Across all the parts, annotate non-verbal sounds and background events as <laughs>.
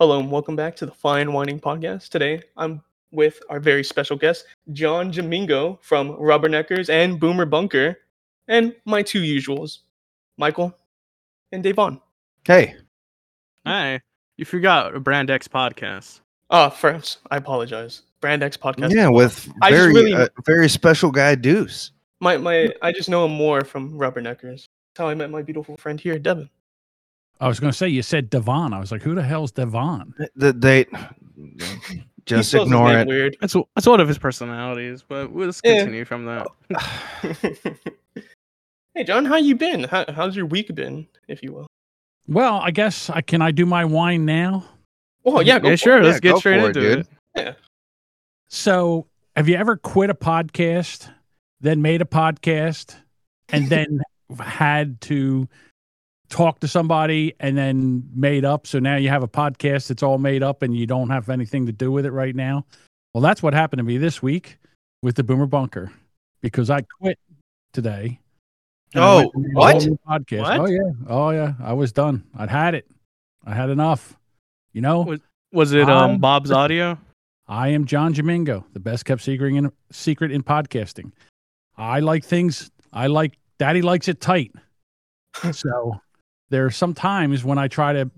Hello and welcome back to the Fine Whining Podcast. Today I'm with our very special guest, John Jamingo from Rubberneckers and Boomer Bunker, and my two usuals, Michael and Davon. Hey, Hey, you forgot Brand X podcast. Ah, friends, I apologize. Brand X Podcast. yeah, with I just very really- uh, very special guy Deuce. My my I just know him more from Rubberneckers. That's how I met my beautiful friend here, Devin. I was going to say you said Devon. I was like, who the hell's Devon? That they He just spells his ignore name it. Weird. That's that's one of his personalities, but we'll just Yeah. continue from that. <sighs> hey John, how you been? How, how's your week been, if you will? Well, I guess I can I do my wine now. Oh yeah, go yeah, for sure. it. yeah, let's get go straight for it, into dude. it. So, have you ever quit a podcast, then made a podcast, and then had to talk to somebody and then made up? So now you have a podcast that's all made up and you don't have anything to do with it right now. Well, that's what happened to me this week with the Boomer Bunker because I quit today. And I Oh, went and made a what? whole new Podcast. What? Oh yeah, oh yeah. I was done. I'd had it. I had enough. You know, Was- Was it um Um, Bob's audio? I am John Jamingo, the best kept secret in, secret in podcasting. I like things. I like Daddy likes <laughs> it tight. so there are some times when I try to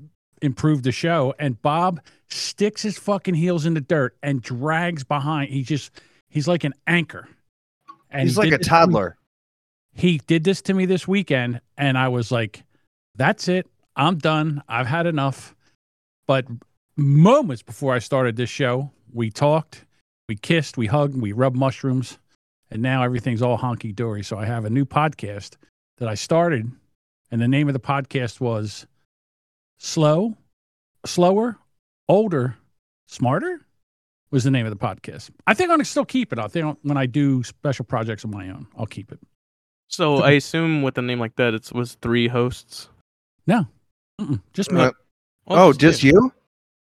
improve the show, and Bob sticks his fucking heels in the dirt and drags behind. He just he's like an anchor. And He's he like did a this to me- toddler. he did this to me this weekend, and I was like, "That's it. I'm done. I've had enough." But moments before I started this show, we talked, we kissed, we hugged, we rubbed mushrooms, and now everything's all honky dory. So I have a new podcast that I started, and the name of the podcast was "Slow, Slower, Older, Smarter." Was the name of the podcast? I think I'm gonna still keep it. I think when I do special projects of my own, I'll keep it. <laughs> So I assume with a name like that, it was three hosts. Mm-mm, just me. Uh, oh, just you?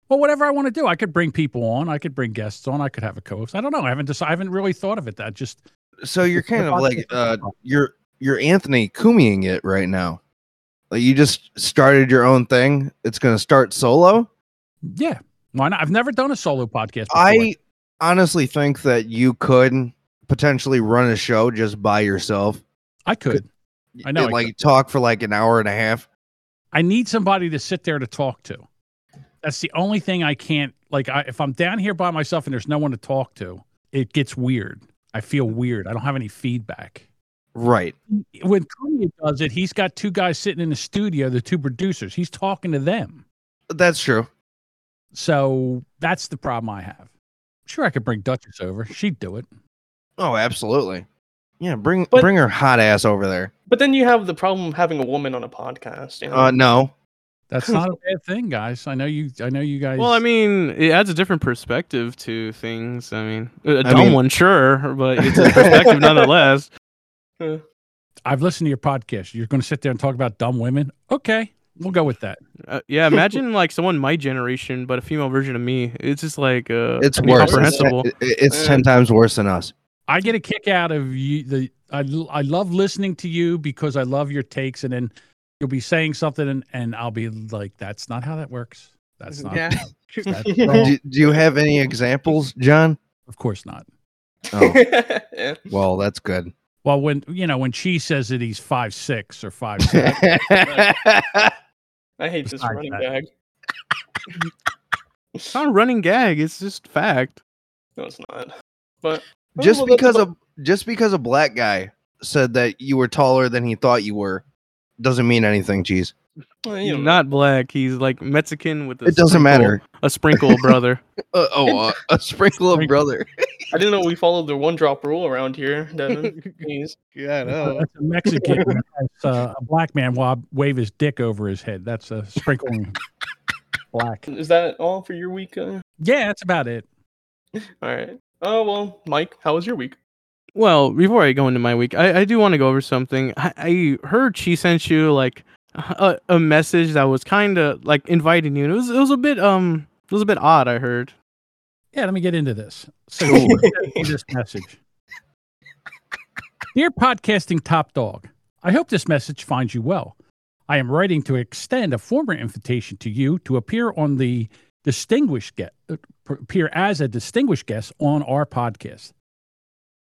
well, whatever I want to do, I could bring people on. I could bring guests on. I could have a co-host. I don't know. I haven't. Just, I haven't really thought of it. That just So you're It's- it's kind of all- like uh, you're you're Anthony Coomying it right now. Like you just started your own thing. It's gonna start solo. yeah. Why not? I've never done a solo podcast. Before. I honestly think that you could potentially run a show just by yourself. I could. I know And, I like talk for like an hour and a half. I need somebody to sit there to talk to. That's the only thing I can't like. I, if I'm down here by myself and there's no one to talk to, it gets weird. I feel weird. I don't have any feedback. Right. When Kanye does it, he's got two guys sitting in the studio, the two producers. He's talking to them. That's true. So that's the problem I have. Sure, I could bring Duchess over. She'd do it. Oh, absolutely. Yeah, bring But- bring her hot ass over there. But then you have the problem of having a woman on a podcast. You know? Uh, no, That's not a bad thing, guys. I know you. I know you guys. Well, I mean, it adds a different perspective to things. I mean, a dumb mean- one, sure, but it's a perspective nonetheless. <laughs> I've listened to your podcast. You're going to sit there and talk about dumb women. Okay, we'll go with that. Uh, yeah, imagine like someone my generation, but a female version of me. It's just like uh, it's pretty worse. It's, <laughs> Comprehensible. it- it's Uh, ten times worse than us. I get a kick out of you. The I l- I love listening to you because I love your takes, and then you'll be saying something, and, and I'll be like, "That's not how that works. That's not. Yeah. <laughs> That's wrong. Do, do you have any examples, John? Of course not." Oh, <laughs> Yeah. well, that's good. <laughs> Well, when you know when she says that he's five six or five seven, yeah, I hate this Besides running that. gag. It's not a running gag. It's just fact. No, it's not. But just Well, that's because about- a just because a black guy said that you were taller than he thought you were doesn't mean anything. Jeez, well, you He's know, not black. He's like Mexican with a it doesn't sprinkle- matter. <laughs> A sprinkle, brother. Uh, oh, uh, <laughs> a sprinkle of brother. I didn't know we followed the one drop rule around here, <laughs> <laughs> Devin. Please. yeah, I That's a Mexican. That's uh, a black man wa- wave his dick over his head. That's a sprinkling black. Is that all for your week? Uh, Yeah, that's about it. all right. Oh well, Mike, how was your week? Well, before I go into my week, I, I do want to go over something. I, I heard she sent you like a, a message that was kind of like inviting you, and it was it was a bit um it was a bit odd. I heard. Yeah, let me get into this. So she sent me this message. Dear podcasting top dog, I hope this message finds you well. I am writing to extend a former invitation to you to appear on the distinguished guest, appear as a distinguished guest on our podcast.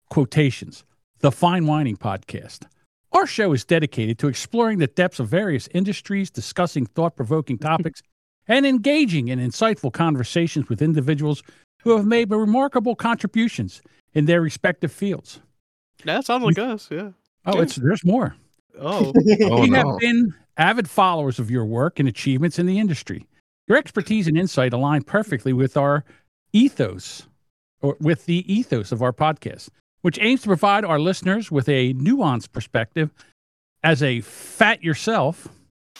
Quotations The Fine Whining Podcast. Our show is dedicated to exploring the depths of various industries, discussing thought provoking topics, and engaging in insightful conversations with individuals who have made remarkable contributions in their respective fields. That sounds like us. Yeah. Oh, it's there's more. <laughs> Oh. Oh, <laughs> we no. have been avid followers of your work and achievements in the industry. Your expertise and insight align perfectly with our ethos, or with the ethos of our podcast, which aims to provide our listeners with a nuanced perspective. As a fat yourself,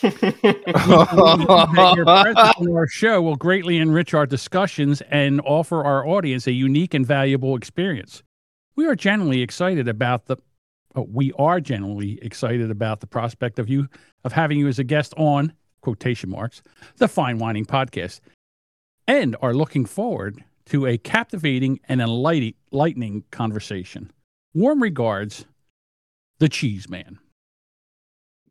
that <laughs> your presence on our show will greatly enrich our discussions and offer our audience a unique and valuable experience. We are generally excited about the uh, we are generally excited about the prospect of you of having you as a guest on quotation marks the Fine Whining podcast and are looking forward to a captivating and enlighten- enlightening conversation. Warm regards, the Cheese Man.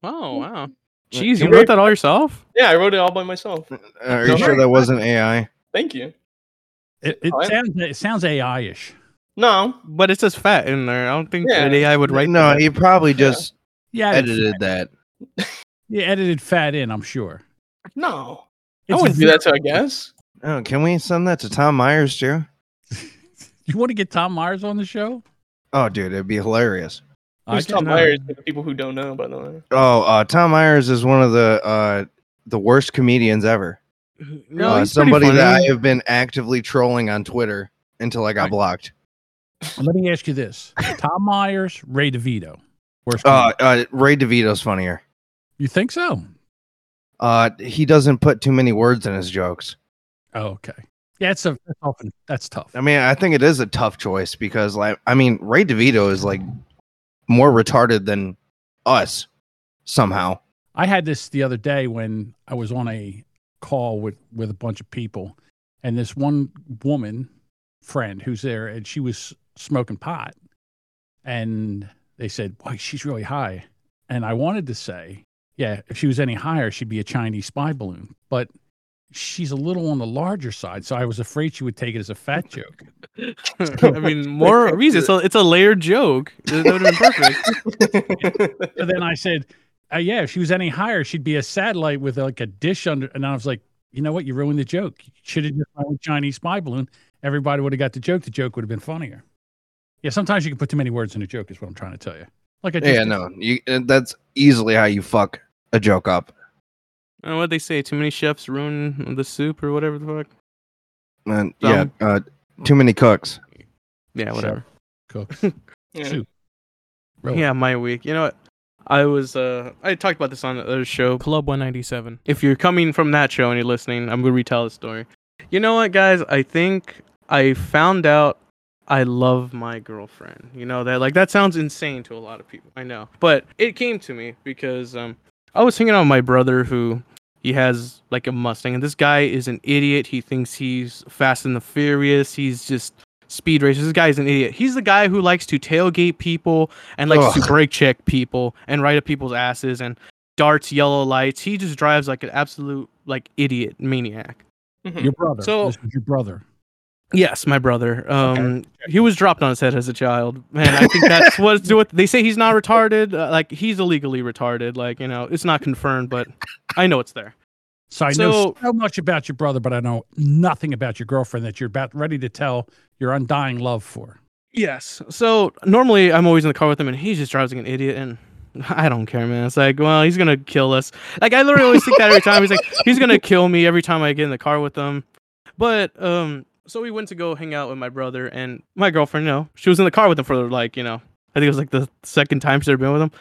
Oh <laughs> wow. Yeah. Jeez, you Can we- wrote that all yourself? yeah, I wrote it all by myself. Mm. Are you sure that wasn't AI? Thank you. It, it Oh, yeah. sounds it sounds AI ish. No, But it says fat in there. I don't think Yeah. that AI would write No, that. he probably just Yeah, it's- edited that. You edited fat in, I'm sure. no. I It's wouldn't do very- that to a guest. Oh, can we send that to Tom Myers too? You want to get Tom Myers on the show? Oh, dude, it'd be hilarious. I Who's Tom can, uh, Myers for the people who don't know, by the way? <laughs> Oh, uh, Tom Myers is one of the uh, the worst comedians ever. <laughs> No, uh, he's pretty somebody that I funny. have been actively trolling on Twitter until I got Right. blocked. Let me ask <laughs> you this: Tom Myers, Ray DeVito. Worst Uh, comedian. uh, Ray DeVito's funnier. you think so? Uh, he doesn't put too many words in his jokes. Oh, okay. Yeah, it's a that's often that's tough. I mean, I think it is a tough choice because, like, I mean, Ray DeVito is like more retarded than us somehow. I had this the other day when I was on a call with with a bunch of people, and this one woman friend who's there, and she was smoking pot, and they said, "Boy, she's really high," and I wanted to say, "Yeah, if she was any higher, she'd be a Chinese spy balloon," but she's a little on the larger side, so I was afraid she would take it as a fat joke. <laughs> I mean, more reason. It's a, it's a layered joke. That would have been perfect. And then I said, uh, "Yeah, if she was any higher, she'd be a satellite with like a dish under." And I was like, "You know what? You ruined the joke. You should have just gone with Chinese spy balloon. Everybody would have got the joke. The joke would have been funnier." Yeah, sometimes you can put too many words in a joke. Is what I'm trying to tell you. Like I just Yeah, did. no, you, uh, that's easily how you fuck a joke up. And what Oh, they say? Too many chefs ruin the soup or whatever the fuck. And Some- yeah, uh, too many cooks. Yeah, Sure. whatever. Cooks. Yeah. Shoot. Really? Yeah, my week. You know what? I was uh I talked about this on the other show, Club 197. If you're coming from that show and you're listening, I'm gonna retell the story. You know what, guys? I think I found out I love my girlfriend. You know that like that sounds insane to a lot of people. I know, but it came to me because um I was hanging out with my brother who he has like a Mustang, and this guy is an idiot. He thinks he's Fast and the Furious. He's just speed racer. This guy is an idiot. He's the guy who likes to tailgate people and likes to Ugh. brake check people and ride up people's asses and darts yellow lights. He just drives like an absolute like idiot maniac. Mhm. Your brother. Hmm. So- this was your brother. Yes, my brother. Um, he was dropped on his head as a child, and I think that's what, what they say. He's not retarded. Uh, like he's illegally retarded. Like you know, it's not confirmed, but I know it's there. So I know So- so much about your brother, but I know nothing about your girlfriend that you're about ready to tell your undying love for. Yes. So normally I'm always in the car with him, and he just drives like an idiot, and <laughs> I don't care, man. It's like, well, he's gonna kill us. Like I literally always think that every time. He's like, he's gonna kill me every time I get in the car with him. But um, so we went to go hang out with my brother and my girlfriend. You know, she was in the car with him for like, you know, I think it was like the second time she's ever been with him,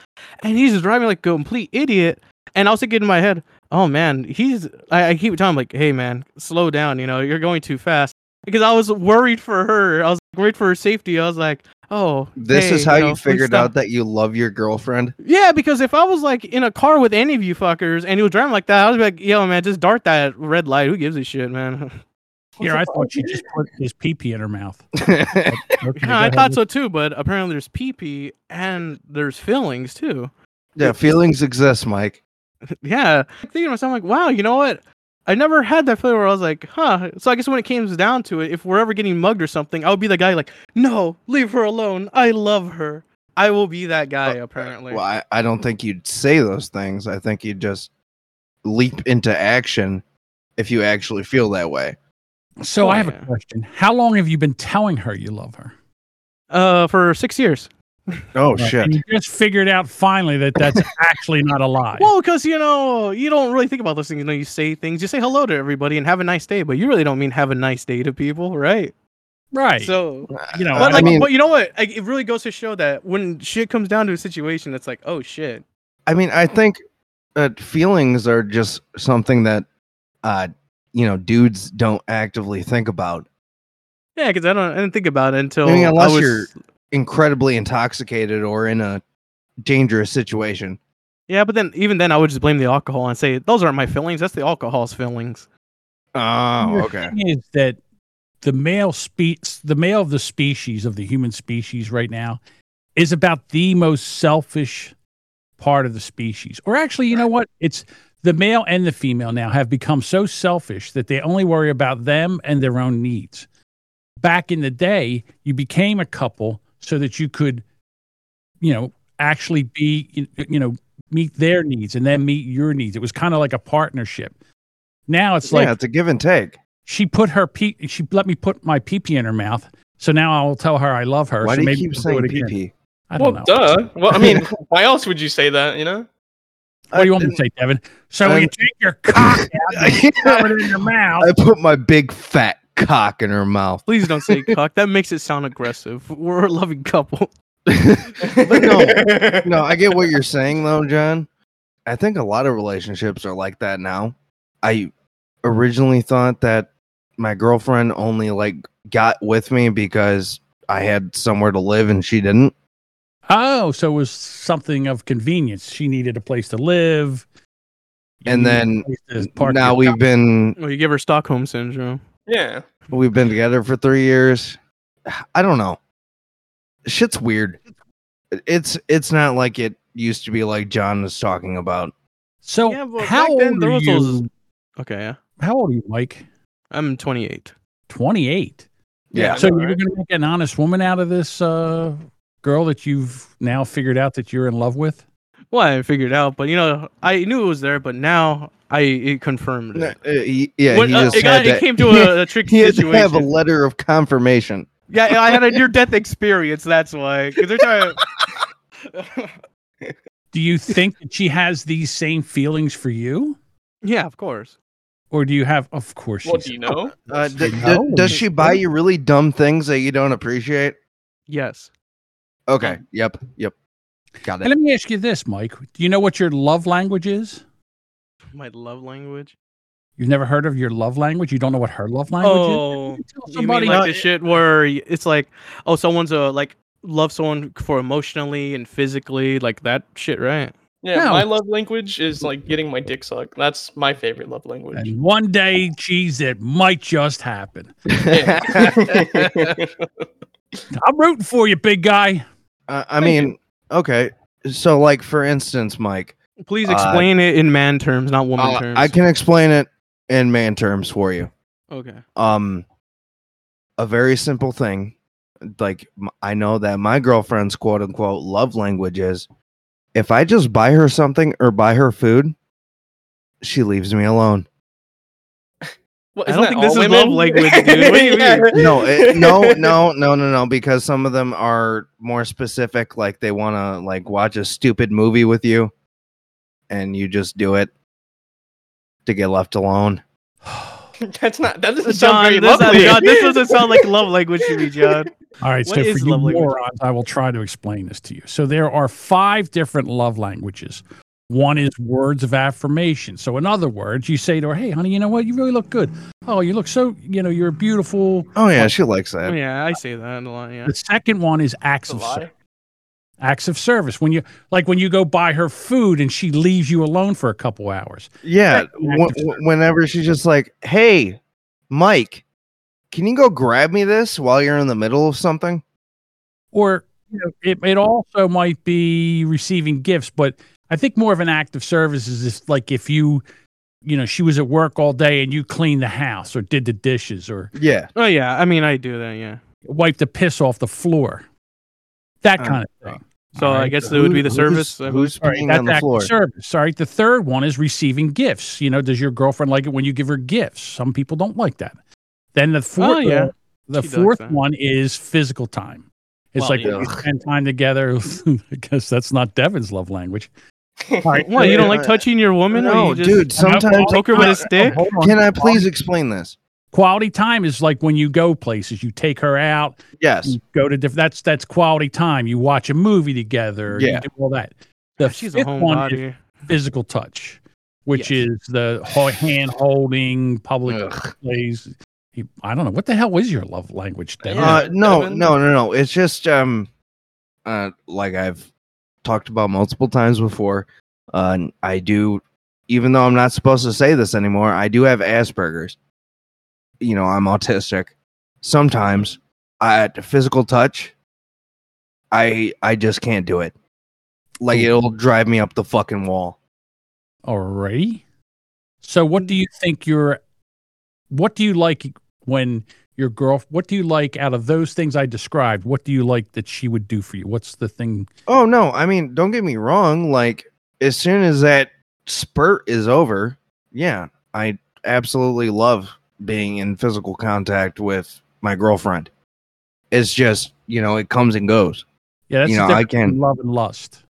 and he's just driving like a complete idiot. And I was thinking in my head, oh man, he's. I, I keep telling him like, hey man, slow down. You know, you're going too fast. Because I was worried for her. I was worried for her safety. I was like, oh. This hey, is how you, you, know, please figured stop. out that you love your girlfriend. Yeah, because if I was like in a car with any of you fuckers and you were driving like that, I was like, yo, man, just dart that red light. Who gives a shit, man? <laughs> Here, I thought she just put his pee pee in her mouth. Okay, go Yeah, I ahead. thought so too, but apparently there's pee pee and there's fillings too. <laughs> yeah, feelings exist, Mike. Yeah. Thinking to myself, like, wow, you know what? I never had that feeling where I was like, huh. So I guess when it comes down to it, if we're ever getting mugged or something, I would be the guy like, no, leave her alone. I love her. I will be that guy, apparently. Well, I, I don't think you'd say those things. I think you'd just leap into action if you actually feel that way. So Oh, I have yeah. a question. How long have you been telling her you love her? Uh, for six years. Oh And you just figured out finally that <laughs> that's actually not a lie. Well, because you know you don't really think about those things. You know, you say things, you say hello to everybody and have a nice day, but you really don't mean have a nice day to people, right? right. So, you know, Uh, but I like, mean- but you know what? Like, it really goes to show that when shit comes down to a situation, it's like, oh shit. I mean, I think that feelings are just something that, uh, you know, dudes don't actively think about. Yeah, because I don't, I didn't think about it until I mean, unless I was, you're- Incredibly intoxicated or in a dangerous situation. Yeah, but then even then, I would just blame the alcohol and say those aren't my feelings. That's the alcohol's feelings. Oh, Your okay. thing is that the male speaks the male of the species of the human species right now is about the most selfish part of the species. Or actually, you know what? It's the male and the female now have become so selfish that they only worry about them and their own needs. Back in the day, you became a couple so that you could, you know, actually be, you- you know, meet their needs and then meet your needs. It was kind of like a partnership. Now it's like yeah, it's a give and take. she put her pee. She let me put my pee pee in her mouth. So now I will tell her I love her. Why do so you maybe keep we'll do saying it again. pee I Well, don't know. duh. Well, I mean, <laughs> why else would you say that? You know, What do you want me to say, Devin? So I- you take your cock out and shove it in your mouth. <laughs> I put my big fat cock in her mouth. <laughs> Please don't say cock. That makes it sound aggressive. We're a loving couple. <laughs> but no, no, I get what you're saying though, John. I think a lot of relationships are like that now. I originally thought that my girlfriend only like got with me because I had somewhere to live and she didn't. Oh, so it was something of convenience. She needed a place to live. You And needed then a place to park now your we've car. been Well, you give her Stockholm syndrome. <laughs> yeah. we've been together for 3 years. I don't know. Shit's weird. It's it's not like it used to be like John was talking about. So Yeah, but how back old then there are was you? those- Okay, yeah. How old are you, Mike? I'm 28. Twenty eight. Yeah. I So know, you're right? going to make an honest woman out of this uh, girl that you've now figured out that you're in love with. Well, I figured it out, but you know, I knew it was there, but now I it confirmed No, it. uh, he- yeah, When- he uh, just it, had got, it that- <laughs> came to a, a trick he had to have a situation. letter of confirmation. yeah, I had a near-death experience. That's why, because they're trying. <laughs> to- Do you think that she has these same feelings for you, yeah, of course. or do you have? Of course, Well, she's- do you know? Uh, d- d- No. does she buy you really dumb things that you don't appreciate? Yes. Okay. Yep. Yep. Got And it. let me ask you this, Mike. Do you know what your love language is? My love language. You've never heard of your love language. You don't know what her love language Oh, is. Tell you mean somebody like how- the shit where y- it's like, oh, someone's a like love someone for emotionally and physically, like that shit, right? Yeah, No. my love language is like getting my dick sucked. That's my favorite love language. <laughs> and one day, geez, it might just happen. <laughs> <laughs> Yeah. I'm rooting for you, big guy. <sighs> Uh, I mean, okay. So, like for instance, Mike, Please Uh, explain it in man terms, not woman uh, terms. I can explain it in man terms for you. Okay. Um, a very simple thing. Like m- I know that my girlfriend's quote unquote love language is, if I just buy her something or buy her food, she leaves me alone. Well, I isn't don't that think this all is love women? language, dude. <laughs> What do you mean? no, it, no, no, no, no, no. Because some of them are more specific. Like they want to like watch a stupid movie with you, and you just do it to get left alone. That's not. That doesn't sound John, very this, lovely. John, this doesn't sound like love language to me, John. All right, What so for is you love language? morons, I will try to explain this to you. So there are five different love languages. One is words of affirmation. So in other words, you say to her, "Hey, honey, you know what? You really look good. Oh, you look so. You know, you're beautiful." Oh <laughs> yeah, she likes that. yeah, I say that a lot. Yeah. The second one is <laughs> acts That's a of lie. <laughs> service. acts of service. When you like when you go buy her food and she leaves you alone for a couple hours. Yeah, Right. wh- wh- whenever she's just like, "Hey, Mike, can you go grab me this while you're in the middle of something?" Or you know, it, it also might be receiving gifts, but I think more of an act of service is just like if you you know, she was at work all day and you cleaned the house or did the dishes or Yeah. Oh yeah, I mean I do that. Yeah. wiped the piss off the floor. That Uh, kind of thing. So All I right, guess it would be the Who- service. I Who's, who's believe. All right, peeing on that's the active floor? service. All right, the third one is receiving gifts. You know, does your girlfriend like it when you give her gifts? Some people don't like that. Then the fourth, Oh, yeah. the She likes fourth that. one is physical time. It's Well, like yeah. we spend time together. <laughs> I guess that's not Devin's love <laughs> language. What? You don't like Yeah. touching your woman? or No, you just dude. Sometimes Poke her with a stick. Hold on. Can I please explain this? Quality time is like when you go places. You take her out. Yes. You go to different. That's that's quality time. You watch a movie together. Yeah. You do all that. The She's a fifth one is homebody. physical touch, which Yes. is the ho- hand holding, public Ugh. plays. He- I don't know what the hell is your love language, Devin? Yeah, Uh, no, Evan. no, no, no. It's just um, uh, like I've talked about multiple times before. Uh, and I do, even though I'm not supposed to say this anymore, I do have Asperger's. You know, I'm autistic. Sometimes, I physical touch. I I just can't do it. Like it'll drive me up the fucking wall. Alrighty. So, what do you think your, what do you like when your girl? What do you like out of those things I described? What do you like that she would do for you? What's the thing? Oh no, I mean, don't get me wrong, like as soon as that spurt is over, yeah, I absolutely love being in physical contact with my girlfriend. It's just, you know, it comes and goes. Yeah, that's You the know, I difference between can- love and lust.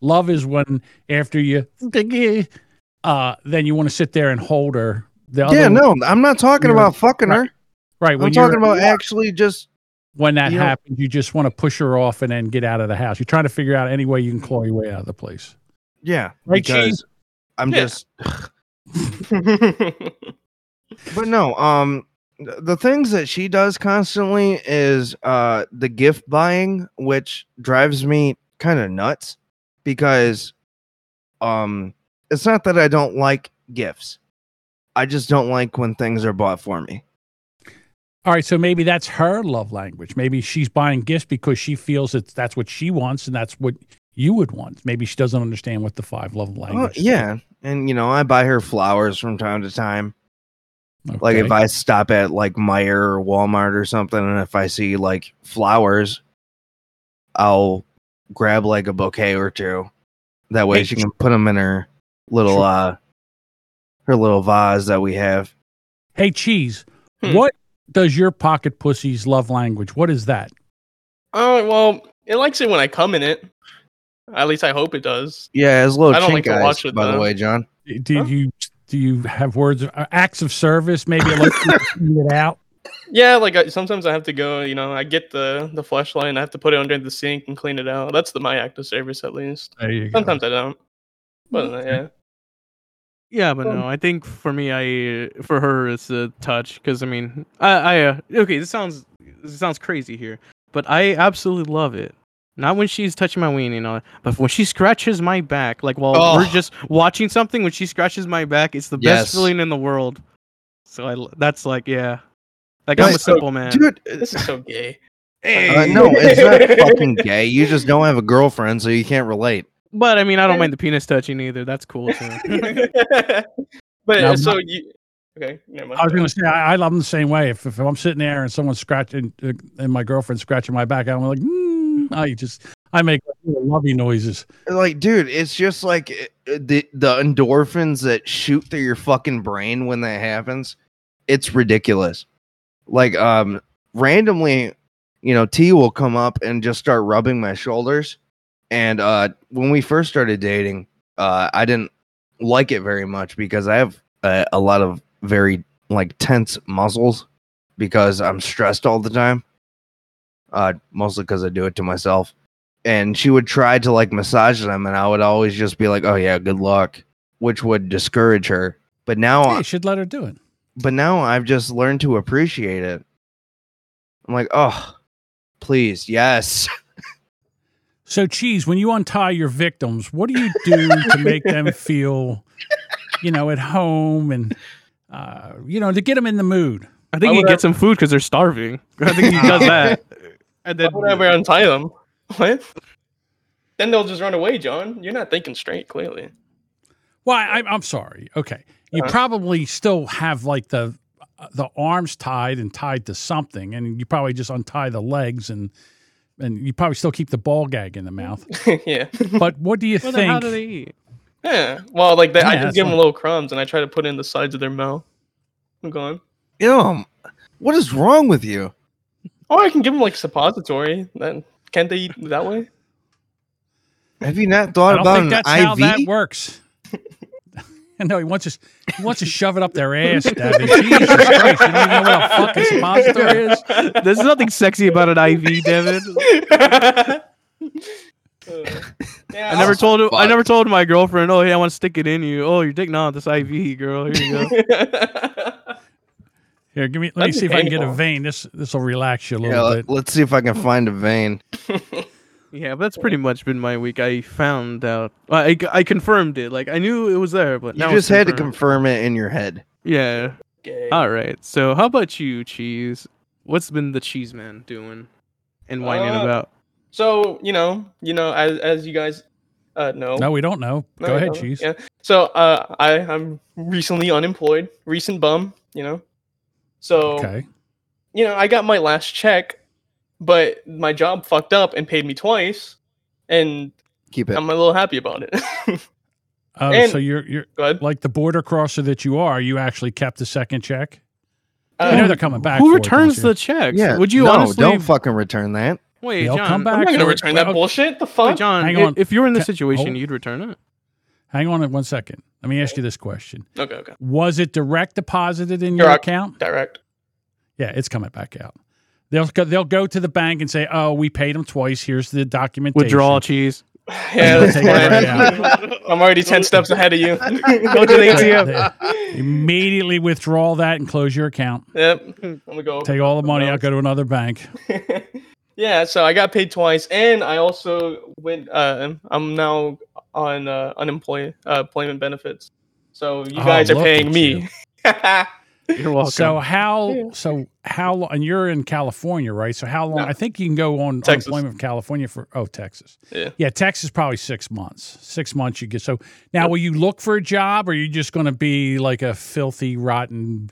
Love is when after you, <laughs> uh, then you want to sit there and hold her. The yeah, other- no, I'm not talking you know, about fucking her. right. I'm When you're- talking about actually just when that You know- happens, you just want to push her off and then get out of the house. You're trying to figure out any way you can claw your way out of the place. yeah, Right, because I'm Yeah. just but no um th- the things that she does constantly is uh the gift buying which drives me kind of nuts because um it's not that i don't like gifts i just don't like when things are bought for me All right, so maybe that's her love language. Maybe she's buying gifts because she feels that that's what she wants and that's what you would want. Maybe she doesn't understand what the five love Oh, languages. yeah and you know i buy her flowers from time to time are. like Okay. if i stop at like meyer or walmart or something and if i see like flowers i'll grab like a bouquet or two that way Hey, she can put them in her little Sure. uh her little vase that we have hey, cheese. Hmm. What does your pocket pussy's love language? What is that? Oh well, it likes it when I come in it. At least I hope it does. yeah as little I don't chink like to eyes, watch it, by the though. way john Do Huh? you do you have words uh, acts of service? Maybe it <laughs> lets you clean it out. Yeah, like I, sometimes I have to go. You know, I get the the flashlight and I have to put it under the sink and clean it out. That's the my act of service at least. There you go. Sometimes I don't. But uh, yeah, Yeah, but no, I think for me, I uh, for her it's a touch because I mean, I, I uh, okay, this sounds this sounds crazy here, but I absolutely love it. Not when she's touching my weenie and all, that, but when she scratches my back, like while Oh. we're just watching something, when she scratches my back, it's the Yes. best feeling in the world. So I, l- that's like, yeah, like But- I'm a simple man. dude uh, this is so gay. uh, no <laughs> it's not fucking gay you just don't have a girlfriend so you can't relate But I mean, I don't mind the penis touching either. That's <laughs> cool too. <laughs> but No, uh, so you okay? Never mind. I was going to say I, I love them the same way. If, if I'm sitting there and someone's scratching uh, and my girlfriend's scratching my back, I'm like, mm, I just I make little lovey noises. like dude it's just like uh, the the endorphins that shoot through your fucking brain when that happens it's ridiculous like um randomly you know t will come up and just start rubbing my shoulders and uh when we first started dating uh i didn't like it very much because i have a, a lot of very like tense muscles because i'm stressed all the time uh mostly because i do it to myself and she would try to like massage them and i would always just be like oh yeah good luck which would discourage her but now Hey, you should let her do it. but now i've just learned to appreciate it i'm like oh please yes <laughs> So, cheese. When you untie your victims, what do you do to make them feel, you know, at home and uh, you know to get them in the mood? I think Why he would I- gets some food because they're starving. <laughs> I think he does that. <laughs> And then Why would I ever untie them? <laughs> What? Then they'll just run away, John. You're not thinking straight, clearly. Well, I, I'm sorry. Okay, you probably still have like the the arms tied and tied to something, and you probably just untie the legs and and you probably still keep the ball gag in the mouth. <laughs> yeah. But what do you <laughs> Well, then think? how do they eat? Yeah. Well, like they, I Yeah, just that's give them fine. little crumbs and I try to put it in the sides of their mouth. I'm gone. Ew, what is wrong with you? Or I can give them like suppository. Then can't they eat that way? <laughs> Have you not I thought don't about think that's how an that IV? works. <laughs> no, he wants to he wants to shove it up their ass, Devin. Jesus Christ, you don't even know what a fucking suppository is. <laughs> There's nothing sexy about an IV, David. Uh, <laughs> I never told I never told my girlfriend, oh yeah, I want to stick it in you. Oh, your dick not this IV, girl. Here you go. Here, give me. Let me That'd be see if I can get a painful. vein. This this will relax you a Yeah, little let, bit. let's see if I can find a vein. <laughs> yeah, but that's pretty much been my week. I found out. I, I, I confirmed it. Like I knew it was there, but You now just it's had to confirmed. confirm it in your head. Yeah. <laughs> Gay. All right. So how about you, Cheese? What's been the Cheese Man doing and whining Uh, about? So you know, you know, as as you guys uh, know. No, we don't know. No, Go ahead, no, cheese. Yeah. So uh, I I'm recently unemployed, recent bum. You know. So Okay. you know, I got my last check, but my job fucked up and paid me twice, and Keep it. I'm a little happy about it. <laughs> Oh, and- so you're you're Go ahead. like the border crosser that you are. You actually kept the second check. Uh, You know they're coming back. Um, Who for it, don't returns you? the checks? yeah. Would you no, honestly? don't fucking return that. wait, They'll John. come I'm back. not for gonna it. return that Well, bullshit. The Wait, fuck. John. Hang i- on. If you were in this Ca- situation, hold- you'd return it. Hang on one second. Let me ask you this question: Okay. Okay. Was it direct deposited in your Correct. account? Direct. <laughs> Yeah, it's coming back out. They'll go, they'll go to the bank and say, "Oh, we paid them twice. Here's the documentation." Withdrawal cheese. Yeah, that's Take it right fine. <laughs> I'm already ten steps ahead <laughs> of you. Go to the <laughs> ATM. They immediately withdraw that and close your account. Yep. I'm gonna go. Take all the money out, go to another bank. <laughs> yeah, so I got paid twice, and I also went. Uh, I'm now on uh, unemployment uh, employment benefits, so you Oh, guys are look paying at me. You're welcome. So how so how long? And you're in California, right? So how long? No. I think you can go on Texas. unemployment from California for oh Texas. Yeah. yeah, Texas probably six months. Six months you get. So now, will you look for a job, or are you just going to be like a filthy, rotten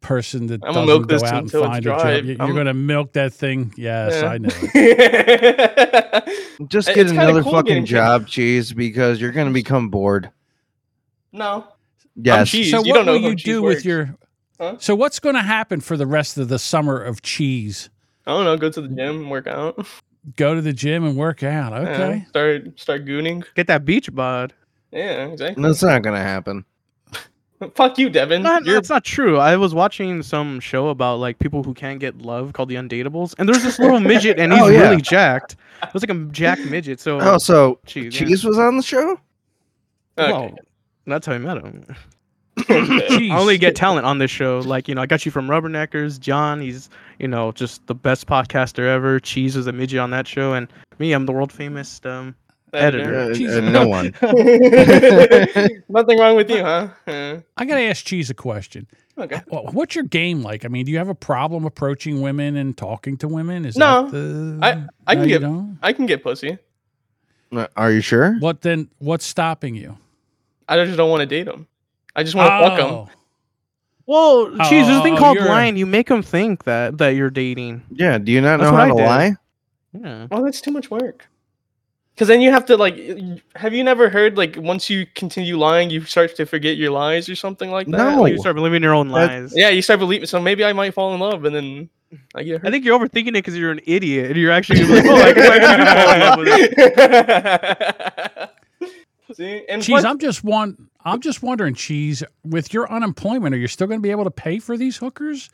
person that I'm gonna doesn't milk go this out and until it's find dry. a job? You- You're I'm- going to milk that thing. Yes, Yeah. <laughs> I know. Just It- get it's kinda another cool fucking getting job, cheese, because you're gonna become bored. <laughs> no, Yes. cheese. so you what don't know will how you cheese do works. with your? Huh? So what's going to happen for the rest of the summer of cheese? I don't know. Go to the gym, and work out. Go to the gym and work out. Okay. Yeah, start start gooning. get that beach bod. Yeah, exactly. That's not gonna happen. Fuck you, Devin. Not, You're that's not true. I was watching some show about like people who can't get love called the Undateables, and there's this little midget, and he's Oh, yeah. really jacked. It was like a jacked midget. So Oh, so cheese. yeah. cheese was on the show? okay. Well, that's how I met him. <laughs> <laughs> Okay. Cheese. I only get talent on this show. Like, you know, I got you from Rubberneckers. John, he's, you know, just the best podcaster ever. Cheese was a midget on that show. And me, I'm the world famous. Um, Editor. Uh, Cheese. uh, no one. <laughs> Nothing wrong with you, huh? Yeah. I got to ask Cheese a question. Okay. Well, What's your game like? I mean, do you have a problem approaching women and talking to women? Is No. that the, I I can no, you get don't? I can get pussy. Uh, Are you sure? What then? What's stopping you? I just don't want to date him. I just want to fuck him. Oh. Well, Cheese, there's a thing Oh, called you're- blind. You make them think that, that you're dating. Yeah. Do you not That's know how what I to did. lie? Yeah. Oh, that's too much work. Because then you have to like. y- Have you never heard like once you continue lying, you start to forget your lies or something like that? No. Like, You start believing your own That- lies. yeah, you start believing. So maybe I might fall in love, and then I get I hurt. think you're overthinking it because you're an idiot. And you're actually gonna <laughs> be like, <laughs> oh, I guess I do fall in love with her." <laughs> See, and Cheese, plus- I'm just one. I'm just wondering, Cheese, with your unemployment, are you still going to be able to pay for these hookers?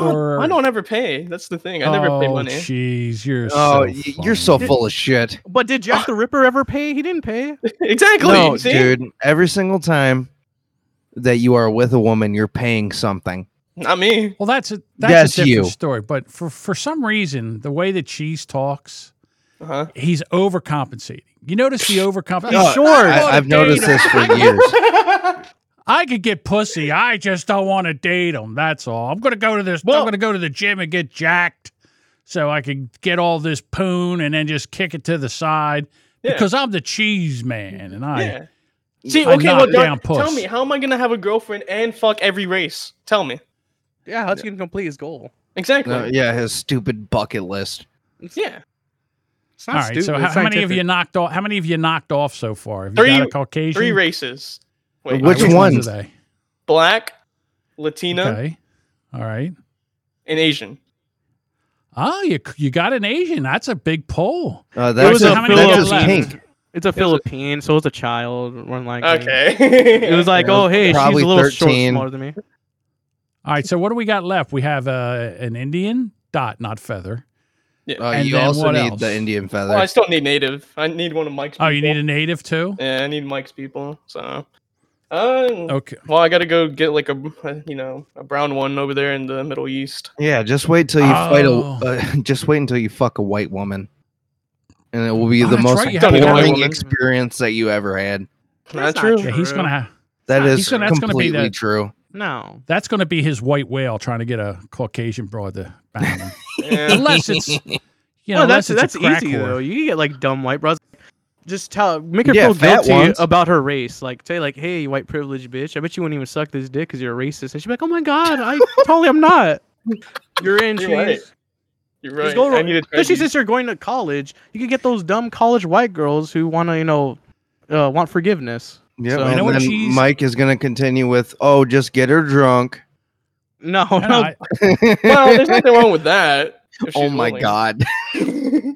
Or I don't ever pay. That's the thing. I never pay Oh, money. Cheese, you're Oh, so y- you're funny. so full of shit. <laughs> But did Jack the Ripper ever pay? He didn't pay. <laughs> exactly. No, see? dude. Every single time that you are with a woman, you're paying something. Not me. Well, that's a that's Yes, a different you. story. But for for some reason, the way that Cheese talks, Uh-huh. he's overcompensating. You notice the overcompensating. Oh, short. I, I've noticed this for <laughs> years. I could get pussy. I just don't want to date him. That's all. I'm gonna go to this. Well- I'm gonna go to the gym and get jacked, so I can get all this poon and then just kick it to the side Yeah. because I'm the cheese man and <laughs> I yeah. See, I okay, well, knocked John, down puss. tell me, how am I gonna have a girlfriend and fuck every race? Tell me. Yeah, how's he gonna complete his goal? Exactly. No, yeah, his stupid bucket list. yeah. It's All not right. stupid. so how, it's how many of you scientific. knocked off? How many of you knocked off so far? Have you Three- got a Caucasian? Three races. But Wait, All right, Which which ones? are they? black, Latina, Okay. All right. and Asian. Oh, you you got an Asian. That's a big pull. Uh, It that's was just, a that's Filipino just lab. pink. It's a Philippine, so it's a child. or like that. Okay. It was like, Yeah, oh hey, she's a probably little short, 13. smaller than me. All right. So what do we got left? We have uh, an Indian dot, not feather. Uh, And you then also what need else? the Indian feather. well, I still need native. I need one of Mike's. Oh, you need people. a native too. Yeah, I need Mike's people. So, uh, Okay. well, I gotta go get like a you know a brown one over there in the Middle East. yeah, just wait till you fight Oh. a. Uh, <laughs> just wait until you fuck a white woman, and it will be Oh, the that's most right, you have to get a white boring woman. experience that you ever had. Not That's not true. Yeah, he's gonna have. That He's is gonna- that's gonna be completely the- true. No. That's going to be his white whale trying to get a Caucasian broad to bang <laughs> him. Yeah. unless it's you know, oh, that's unless it's that's a crack easy whore. though. You can get like dumb white bros. Just tell, make her Yeah, feel fat guilty ones. about her race. Like, say, like, hey, you white privileged bitch. I bet you wouldn't even suck this dick because you're a racist. And she'd be like, oh my god, <laughs> I totally am not. You're in. You're cheese. right. You're right. Just go- I need to try especially these. since you're going to college, you could get those dumb college white girls who want to, you know, uh, want forgiveness. Yeah, So- You and know what then she's- Mike is gonna continue with, "Oh, just get her drunk." No, I know, no, I- well, there's nothing wrong with that. if <laughs> oh she's <laughs> my willing. god!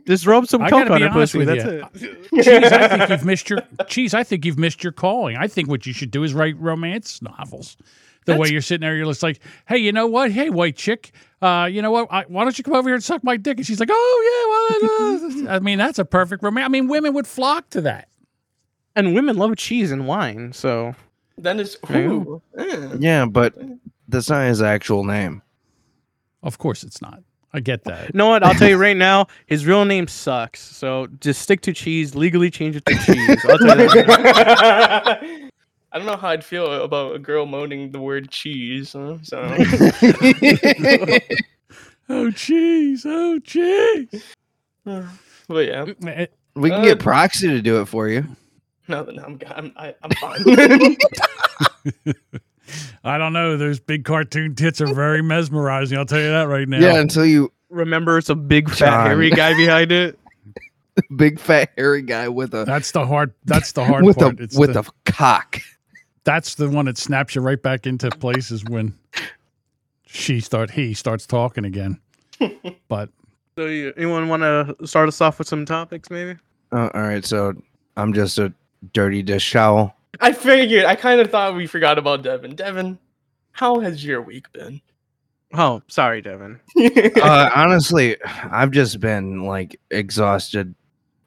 just rub some I coke gotta on be her honest pussy. with That's you. it. Jeez, I <laughs> think you've missed your. Jeez, I think you've missed your calling. I think what you should do is write romance novels. The way That's- you're sitting there, you're just like, "Hey, you know what? Hey, white chick, uh, you know what? I, why don't you come over here and suck my dick?" And she's like, "Oh yeah, well, uh, I mean, that's a perfect romance. I mean, women would flock to that." And women love cheese and wine, so Then it's Yeah. ooh, yeah. Yeah, but that's not his actual <laughs> name. Of course, it's not. I get that. You know what? I'll tell you right now, his real name sucks. So just stick to cheese. Legally change it to cheese. I'll tell <laughs> you <laughs> that. I don't know how I'd feel about a girl moaning the word cheese. huh? <laughs> So Oh jeez, oh jeez. but yeah, Uh, we can get Proxy to do it for <laughs> you. no, no I'm, I'm, I- I'm fine. I don't know. Those big cartoon tits are very mesmerizing. I'll tell you that right now. <laughs> Yeah, until you Remember, it's a big fat John. hairy guy behind it. big fat hairy guy with a That's the hard. That's the hard uh, with part. a with the, a cock. that's the one that snaps you right back into place is when she start he starts talking again. But So you, anyone want to start us off with some topics, maybe? Uh, all right, so I'm just a dirty dish towel. I figured. I kind of thought we forgot about Devin. Devin, how has your week <laughs> been? Oh, sorry, Devin. Uh, honestly, I've just been like exhausted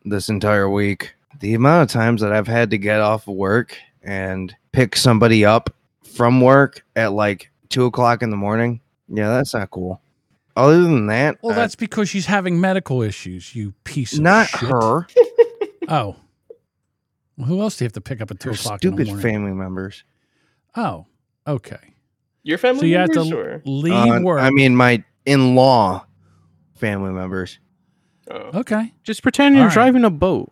this entire week. The amount of times that I've had to get off of work and pick somebody up from work at like two o'clock in the morning. Yeah, that's not cool. Other than that, well, uh, that's because she's having medical issues. You piece of not shit. her. Oh, well, who else do you have to pick up at two Her o'clock in the stupid morning? family members. oh, okay. your family So you have members, or- to leave Uh, work. I mean, my in-law family members. Oh. <laughs> okay. Just pretend you're All right. driving a boat.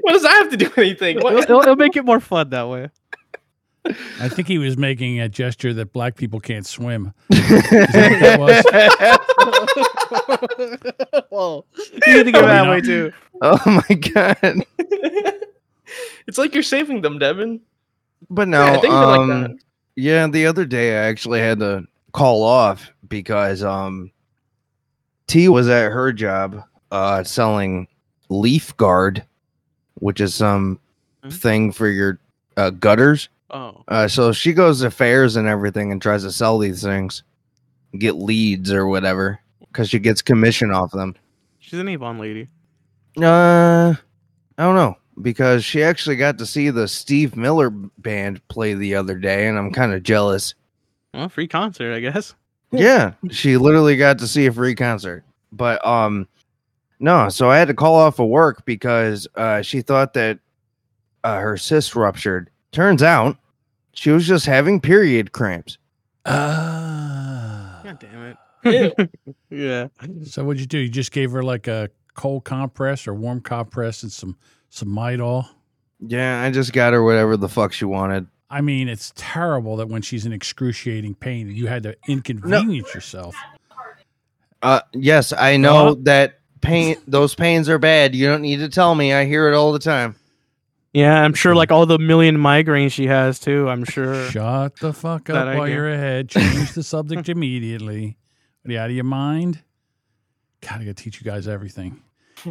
what does that have to do with anything? It'll, What? <laughs> it'll- it'll make it more fun that way. I think he was making a gesture that black people <laughs> can't swim. Is that what that <laughs> was? Whoa. You need to go Probably that not. way too. oh my god. it's like you're saving them, Devin. But no, yeah, things are um, like that. yeah, the other day I actually had to call off because um, T was at her job uh, selling leaf guard, which is some Hmm? thing for your uh, gutters. Oh. Uh, so she goes to fairs and everything and tries to sell these things, get leads or whatever, because she gets commission off them. She's an Avon lady. Uh, I don't know because she actually got to see the Steve Miller band play the other day, and I'm kind of jealous. Well, free concert, I guess. yeah, she literally got to see a free concert. But um, no, so I had to call off of work because uh, she thought that uh, her cyst ruptured. Turns out she was just having period cramps. Ah. God damn <laughs> Ew. it. yeah. So what'd you do? You just gave her like a cold compress or warm compress and some some Midol. Yeah, I just got her whatever the fuck she wanted. I mean, it's terrible that when she's in excruciating pain, you had to inconvenience yourself. Uh, yes, I know Uh-huh. that pain. Those pains are bad. You don't need to tell me. I hear it all the time. Yeah, I'm Mm. sure like all the million migraines she has too. I'm sure. Shut the fuck That up I while do. you're <laughs> ahead. Change the subject immediately. Are you out of your mind? God, I gotta teach you guys everything.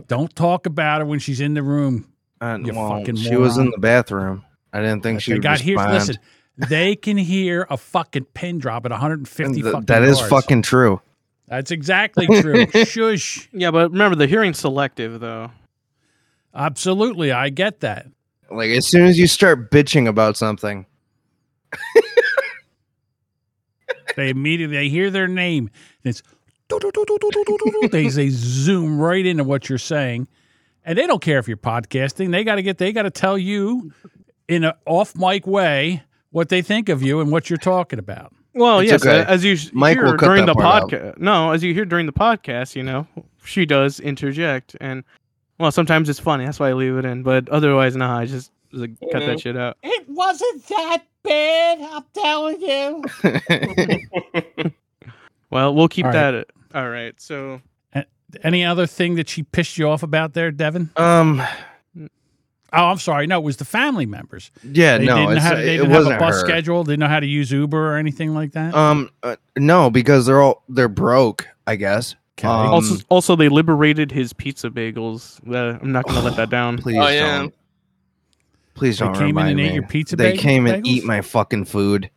Don't talk about her when she's in the room. Uh, You well, fucking she was in moron. the bathroom. I didn't think she they would got here. respond. Listen, they can hear a fucking pin drop at 150 Th- fucking. that is yards. fucking true. That's exactly true. Shush. Yeah, but remember the hearing's selective though. Absolutely, I get that. Like as soon as you start bitching about something, They immediately they hear their name and it's they they zoom right into what you're saying. And they don't care if you're podcasting. They gotta get they gotta tell you in an off mic way what they think of you and what you're talking about. Well, It's yes, okay. uh, as you sh- Mike will hear cut during that the part out. podcast. No, as you hear during the podcast, you know, she does interject, and well, sometimes it's funny. That's why I leave it in, but otherwise, nah, I just like, cut Yeah. that shit out. It wasn't that bad, I'm telling you. Well, we'll keep All right. that. All right, so Any other thing that she pissed you off about there, Devin? <laughs> <laughs> um, Oh, I'm sorry. No, it was the family members. yeah, They Uh, no, didn't, it's, have, they it didn't have wasn't a bus her. schedule, didn't know how to use Uber or anything like that. Um, uh, no, because they're all they're broke. I guess. Okay. um, also also they liberated his pizza bagels. Uh, I'm not gonna let that down. Please I don't. am. Please They don't came in remind and me. ate your pizza they bag- came and bagels? eat my fucking food.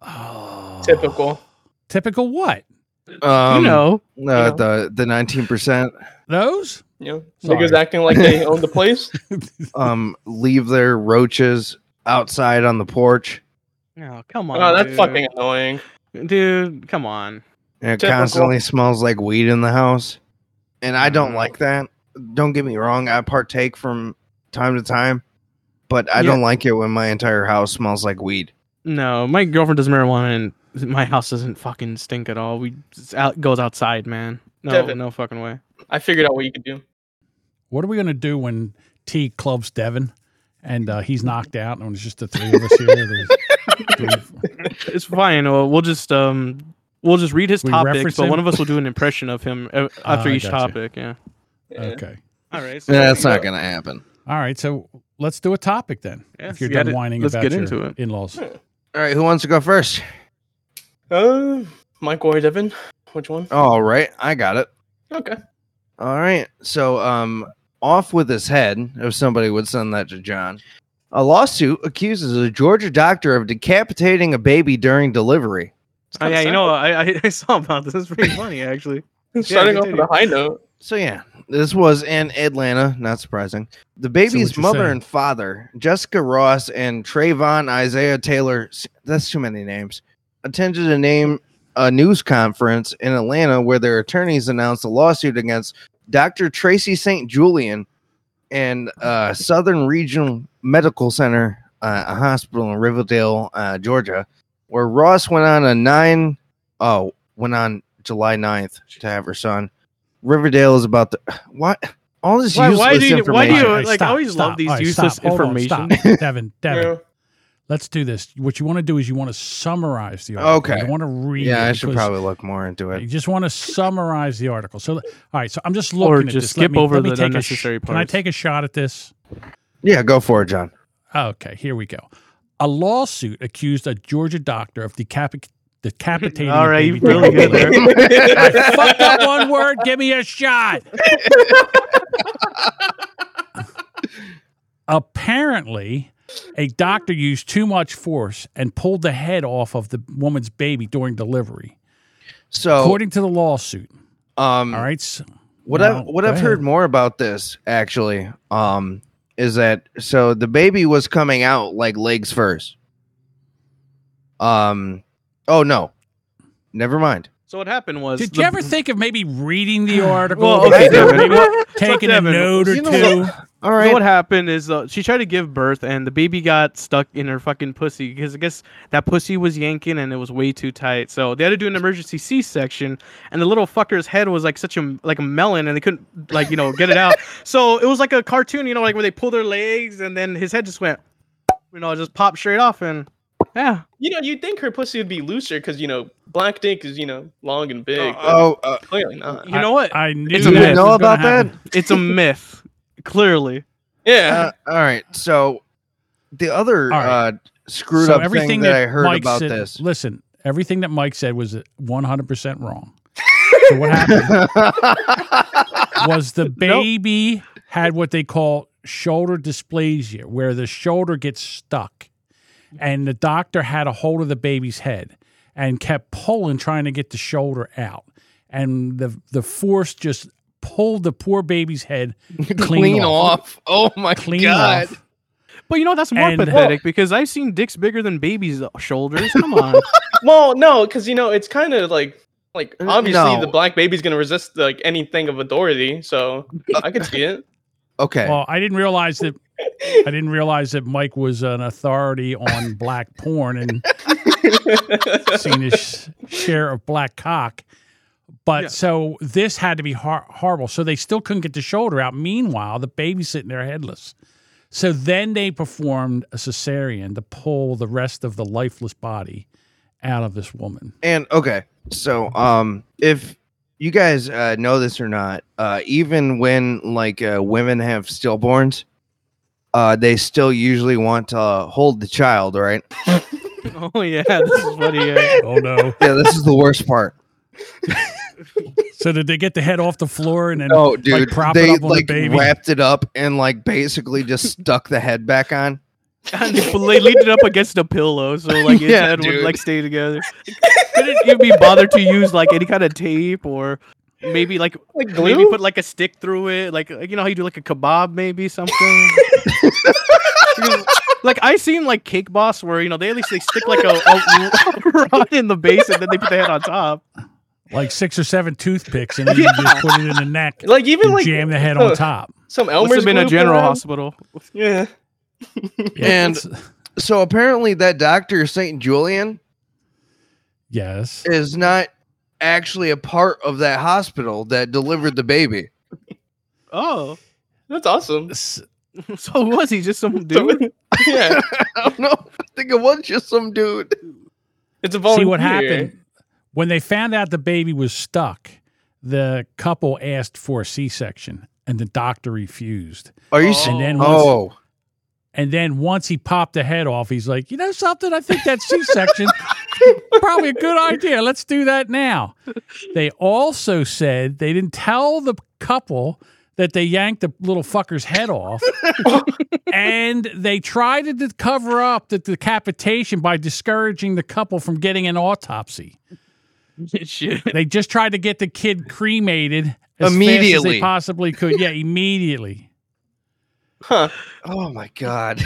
Oh. Typical. Typical what? Um, you know, uh, the the nineteen percent Those? <laughs> You know, Sorry. niggas acting like they own the <laughs> place. um leave their roaches outside on the porch oh, come on, Oh, that's dude. fucking annoying. dude. Come on. and it Typical. constantly smells like weed in the house. And I don't Mhm. like that. Don't get me wrong, I partake from time to time, but I Yeah. don't like it when my entire house smells like weed. No, my girlfriend does marijuana, and my house doesn't fucking stink at all. We it's out, goes outside, man. No, Devin. no fucking way. I figured out what you could do. What are we going to do when T clubs Devin and uh, he's knocked out and it's just the three of us here? There's <laughs> three- It's fine. Well, we'll just um, we'll just read his We topics, reference but him? Oh, one of us will do an impression of him <laughs> uh, after I each gotcha. topic. Yeah. Yeah. okay. All right. So Yeah, that's not going to happen. All right. So let's do a topic then. Yes, if you're we got done it. whining Let's about get your into it. in-laws. All right, who wants to go first? Uh, Michael or Devin? Which one? All right, I got it. Okay. All right. So, um, off with his head, if somebody would send that to John. A lawsuit accuses a Georgia doctor of decapitating a baby during delivery. Oh, yeah, you know, I, I I saw about this. It's pretty funny <laughs> actually. starting off with continue. a high note. So, yeah, this was in Atlanta, not surprising. The baby's you're mother saying- and father, Jessica Ross and Trayvon Isaiah Taylor, s- that's too many names, attended a name a news conference in Atlanta where their attorneys announced a lawsuit against Dr. Tracy St. Julian and uh, Southern Regional Medical Center, uh, a hospital in Riverdale, uh, Georgia, where Ross went on a nine, oh, went on July 9th to have her son. Riverdale is about the <sighs> what? All this Why- why useless do you- why do information. you- All right, like, I always love these All useless stop. Hold on, information. stop. Devin, Devin, Yeah. let's do this. What you want to do is you want to summarize the article. Okay. You want to read. yeah, it I should because- probably look more into You it. just want to summarize the article. So, all right. So I'm just looking Or at just this. Let skip me- over let me the take a unnecessary sh- Can I parts. take a shot at this? Yeah, go for it, John. Okay, here we go. A lawsuit accused a Georgia doctor of decapi- decapitating. a All right, baby you <laughs> really during good there. delivery. I fucked up one word. Give me a shot. Apparently, a doctor used too much force and pulled the head off of the woman's baby during delivery, So, according to the lawsuit. um, All right. So, What No, I've what go I've heard ahead. more about this actually um, is that so the baby was coming out like legs first. Um. Oh no, never mind. So what happened was Did the- you ever think of maybe reading the article, Well, okay, maybe Devin. what- taking a Devin, note or you know two? what? <laughs> All So right. what happened is uh, she tried to give birth and the baby got stuck in her fucking pussy because I guess that pussy was yanking and it was way too tight. So they had to do an emergency C-section and the little fucker's head was like such a like a melon and they couldn't like you know get it <laughs> out. So it was like a cartoon, you know, like where they pull their legs and then his head just went, you know, just popped straight off and yeah. You know, you'd think her pussy would be looser because you know black dick is you know long and big. but oh, uh, clearly not. You know what? I knew Did do you that we was know gonna about that? happen. It's a myth, clearly. Yeah, Uh, all right. So the other All right. uh, screwed So up thing that, I heard Mike about said- this. Listen, everything that Mike said was 100% wrong. so what happened <laughs> was the baby had what they call shoulder dysplasia, where the shoulder gets stuck. And the doctor had a hold of the baby's head and kept pulling, trying to get the shoulder out. And the, the force just pulled the poor baby's head <laughs> clean, Clean off. off. Oh my Clean god. off. But you know that's more And- uh, pathetic because I've seen dicks bigger than babies' shoulders. Come on. <laughs> <laughs> well, no, because you know it's kind of like like Uh, obviously no. the black baby's gonna resist like anything of authority, so I could see it. <laughs> Okay. Well, I didn't realize that. I didn't realize that Mike was an authority on black porn and seen his share of black cock. But Yeah. so this had to be hor- horrible. So they still couldn't get the shoulder out. Meanwhile, the baby's sitting there headless. So then they performed a cesarean to pull the rest of the lifeless body out of this woman. And okay, so um, if you guys uh, know this or not, uh, even when like uh, women have stillborns, uh, they still usually want to hold the child, right? Oh yeah, this is funny. uh, Oh no! Yeah, this is the worst part. <laughs> so did they get the head off the floor and then No, dude, prop it they up on the like baby. wrapped it up and like basically just stuck the head back on. and they laid it up against a pillow, so like his Yeah, head dude. would like stay together. Couldn't you be bothered to use like any kind of tape or maybe like Like maybe put like a stick through it, like like, you know how you do like a kebab, maybe something. You know, like I seen like Cake Boss where you know they at least they stick like a, a <laughs> rod in the base and then they put the head on top. like six or seven toothpicks, and then you just put it in the neck like even and like jam <laughs> the head uh, on top. Some Must Elmer's have been a glue general around. hospital. Yeah. And- So apparently, that doctor Saint Julian yes, is not actually a part of that hospital that delivered the baby. <laughs> Oh, <laughs> That's awesome. S- so was he just some dude? <laughs> yeah. I don't know. I think it was just some dude. It's a volunteer. see what happened when they found out the baby was stuck. The couple asked for a C-section, and the doctor refused. Are you? Oh. s- And then once, Oh, and then once he popped the head off, he's like, you know something? I think that C-section <laughs> probably a good idea. Let's do that now. They also said they didn't tell the couple that they yanked the little fucker's <laughs> head off. and they tried to d- cover up the decapitation by discouraging the couple from getting an autopsy. Shit. <laughs> They just tried to get the kid cremated as fast as Immediately. they possibly could. <laughs> Yeah, immediately. Huh. oh my god.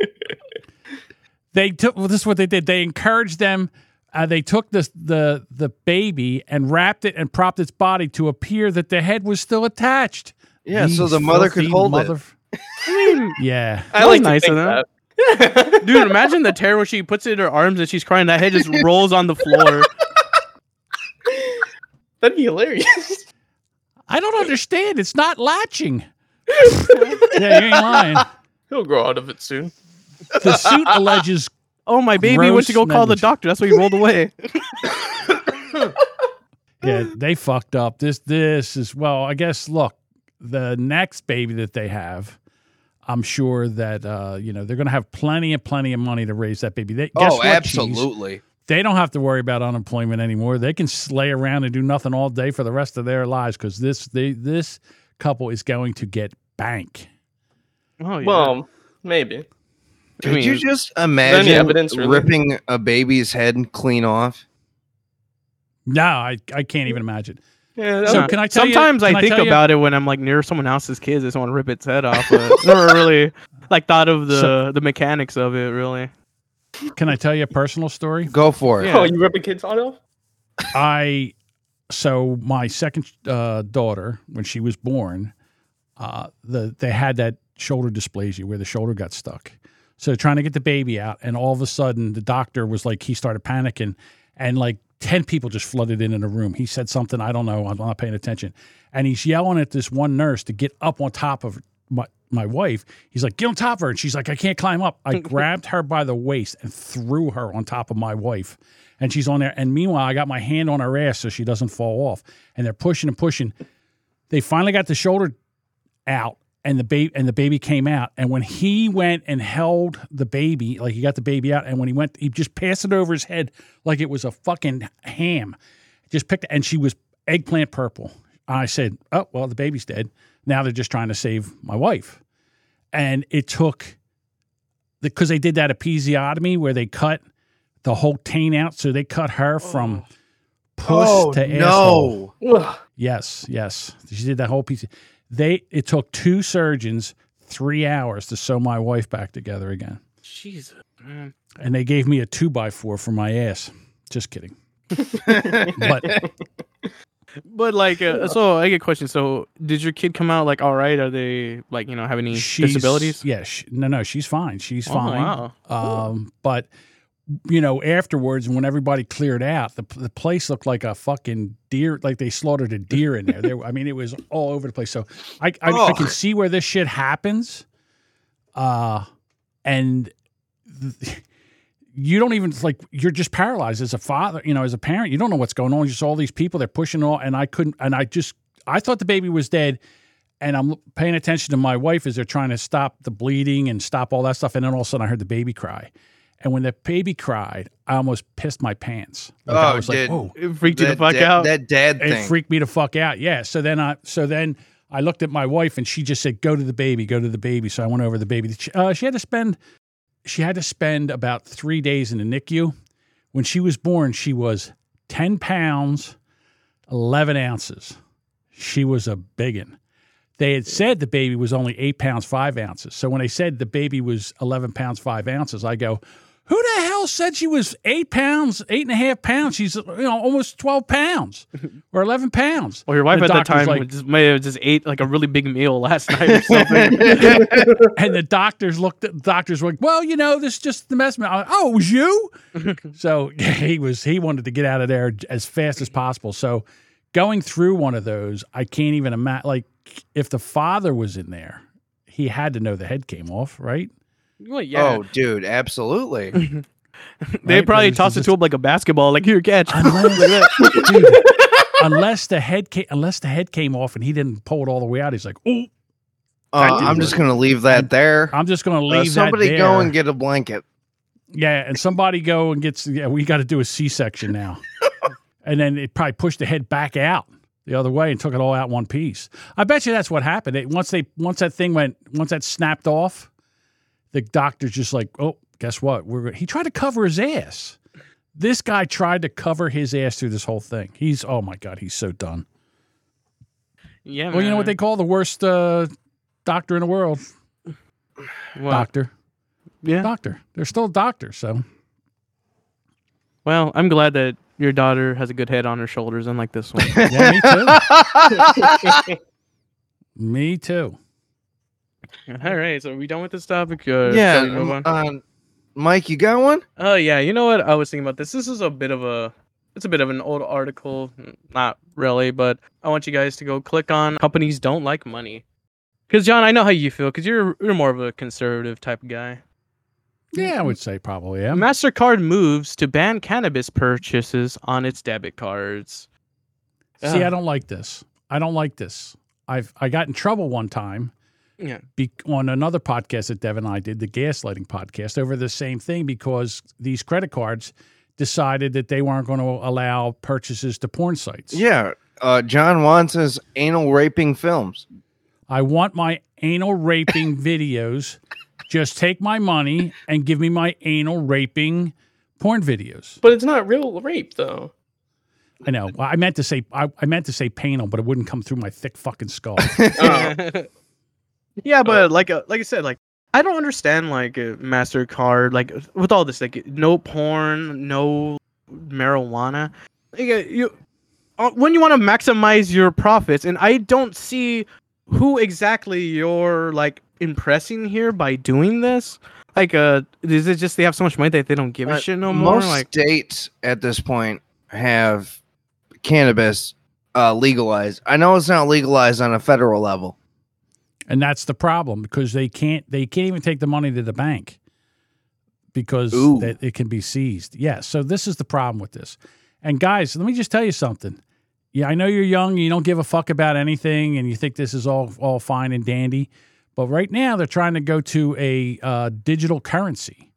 <laughs> they took well, this is what they did they encouraged them uh, they took this the the baby and wrapped it and propped its body to appear that the head was still attached Yeah, so These the mother could filthy hold it. mother- <laughs> I mean, yeah I That was like nice to of think them. that. <laughs> Dude, imagine the terror when she puts it in her arms and she's crying. That head just rolls on the floor. That'd be hilarious. i don't understand it's <laughs> not latching yeah you ain't lying <laughs> He'll grow out of it soon. the suit alleges Oh, my baby went to go Gross call the negligence. doctor. That's why he rolled <laughs> away. yeah they fucked up this this is well i guess look the next baby that they have i'm sure that uh you know they're gonna have plenty and plenty of money to raise that baby they, guess Oh, what, Cheese? absolutely. they don't have to worry about unemployment anymore. They can slay around and do nothing all day for the rest of their lives because this they, this couple is going to get bank. Oh, yeah. Well, maybe. I Could you mean, just there any imagine evidence, really? ripping a baby's head clean off? No, I, I can't even imagine. Yeah. that So would- can I tell you- sometimes can I I think tell you- about it when I'm like near someone else's kids. I just want to rip its head off. But <laughs> I never really like thought of the the mechanics of it. Really, Can I tell you a personal story? Go for it. Yeah. Oh, you rip a kid's heart off? I so my second uh, daughter when she was born, uh, the they had that shoulder dysplasia where the shoulder got stuck. So trying to get the baby out, and all of a sudden the doctor was like, he started panicking, and like ten people just flooded in in the room. He said something I don't know, I'm not paying attention, and he's yelling at this one nurse to get up on top of my my wife. He's like, get on top of her, and she's like, I can't climb up. I grabbed her by the waist and threw her on top of my wife, and she's on there. And meanwhile, I got my hand on her ass so she doesn't fall off, and they're pushing and pushing. They finally got the shoulder out and the baby and the baby came out and when he went and held the baby like he got the baby out and when he went he just passed it over his head like it was a fucking ham just picked and she was eggplant purple i said oh well the baby's dead now they're just trying to save my wife and it took because they did that episiotomy where they cut the whole taint out so they cut her Oh. from puss Oh, to asshole Ugh. Yes, yes. She did that whole piece. They it took two surgeons three hours to sew my wife back together again. Jesus, man. And they gave me a two by four for my ass. <laughs> Just kidding. but But like, uh, so I get a question. So, did your kid come out like all right? Are they like you know have any she's, disabilities? Yeah, she, no, no, she's fine. She's Oh, fine. wow. Um, but you know, afterwards, when everybody cleared out, the the place looked like a fucking deer, like they slaughtered a deer in there. there I mean, it was all over the place. So I I, I can Ugh. see where this shit happens. Uh, and th- you don't even like you're just paralyzed as a father, you know, as a parent. You don't know what's going on. Just all these people they're pushing all, and I couldn't, and I just I thought the baby was dead and I'm paying attention to my wife as they're trying to stop the bleeding and stop all that stuff. And then all of a sudden, I heard the baby cry. And when the baby cried, I almost pissed my pants. Like, I Oh, was dude. like, "Whoa!" It freaked you the That fuck dad- out. That dad It thing. freaked me the fuck out. Yeah. So then I, so then I looked at my wife, and she just said, "Go to the baby, go to the baby." So I went over to the baby. She, uh, she had to spend, she had to spend about three days in the NICU. When she was born, she was ten pounds, eleven ounces. She was a biggin they had said the baby was only eight pounds five ounces. So when they said the baby was eleven pounds five ounces, I go, "Who the hell said she was eight pounds, eight and a half pounds? She's you know almost twelve pounds or eleven pounds." <laughs> Well, your wife The at that doctor's time like- just, may have just ate like a really big meal last <laughs> night <laughs> or something. and the doctors looked at doctors were like, well, you know, this is just the mess. I'm like, oh, it <laughs> was you? so he was he wanted to get out of there as fast as possible. So going through one of those, I can't even imagine like if the father was in there, he had to know the head came off, <laughs> right? well, yeah. Oh, dude, <laughs> absolutely. they probably right, but it's tossed it just- to him like a basketball, like here, catch. Unless, dude, unless the head came unless the head came off and he didn't pull it all the way out, he's like, oh, Uh, I do I'm just gonna leave that there. I'm just gonna Uh, leave somebody that there. go and get a blanket. <laughs> Yeah, and somebody go and gets. Yeah, we got to do a C-section now, and then it probably pushed the head back out the other way and took it all out in one piece. I bet you that's what happened. It, once they once that thing went once that snapped off, the doctor's just like, oh, guess what? We're go-" he tried to cover his ass. This guy tried to cover his ass through this whole thing. He's oh my god, he's so done. yeah. Well, you know what they man. call the worst uh, doctor in the world? Well, Doctor, yeah. doctor. They're still a doctor, so. Well, I'm glad that your daughter has a good head on her shoulders, unlike this <laughs> one. Yeah, me too. me too. All right, so are we done with this topic? Uh, yeah. shall we move um, on? uh, Mike, you got one? Oh yeah, you know what? I was thinking about this. This is a bit of a it's a bit of an old article, not really, but I want you guys to go click on companies don't like money. Cuz John, I know how you feel cuz you're you're more of a conservative type of guy. Yeah, I would say probably. Yeah. Mastercard moves to ban cannabis purchases on its debit cards. See, Yeah. I don't like this. I don't like this. I've I got in trouble one time. Yeah. Be, on another podcast that Dev and I did, the gaslighting podcast, over the same thing because these credit cards decided that they weren't going to allow purchases to porn sites. Yeah. Uh, John Juan says anal raping films. I want my anal raping videos. Just take my money and give me my anal raping porn videos. But it's not real rape <laughs> though. I know. Well, I meant to say I, I meant to say penal, but it wouldn't come through my thick fucking skull. Oh. <laughs> yeah, but like uh, like I said, like I don't understand like uh, Mastercard like with all this like no porn, no marijuana. Like, uh, you uh, when you want to maximize your profits, and I don't see who exactly you're like impressing here by doing this. Like, uh, is it just they have so much money that they don't give a Uh, shit no more? Most Like, states at this point have cannabis uh, legalized. I know it's not legalized on a federal level. and that's the problem because they can't they can't even take the money to the bank because Ooh. that it can be seized. Yeah, so this is the problem with this. And guys, let me just tell you something. Yeah, I know you're young, you don't give a fuck about anything, and you think this is all all fine and dandy. But right now, they're trying to go to a uh, digital currency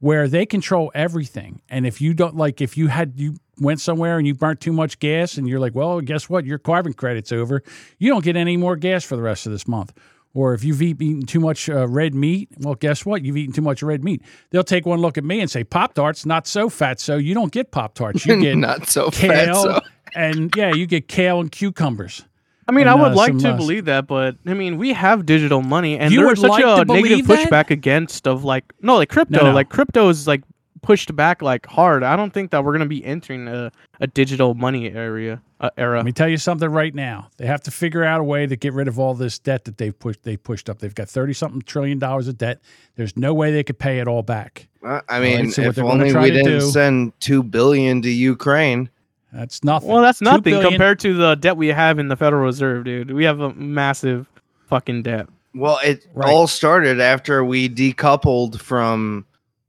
where they control everything. And if you don't like, if you had you went somewhere and you burnt too much gas, and you're like, well, guess what? Your carbon credit's over. You don't get any more gas for the rest of this month. Or if you've eat- eaten too much uh, red meat, well, guess what? You've eaten too much red meat. They'll take one look at me and say, "Pop tarts, not so fat, so you don't get pop tarts. <laughs> You get not so fat. kale, So. and yeah, you get kale and cucumbers. I mean, and, I would uh, like some, to uh, believe that, but I mean, we have digital money, and You there would was such like a to negative believe that? pushback against of like no, like crypto, no. like crypto is like pushed back like hard. I don't think that we're gonna be entering a, a digital money area uh, era. Let me tell you something right now. They have to figure out a way to get rid of all this debt that they've pushed. They pushed up. They've got thirty something trillion dollars of debt. There's no way they could pay it all back. Uh, I mean, so what if they're gonna only try we to didn't do- send two billion to Ukraine. That's nothing. Well, that's Two nothing billion- compared to the debt we have in the Federal Reserve, dude. We have a massive fucking debt. Well, it Right. all started after we decoupled from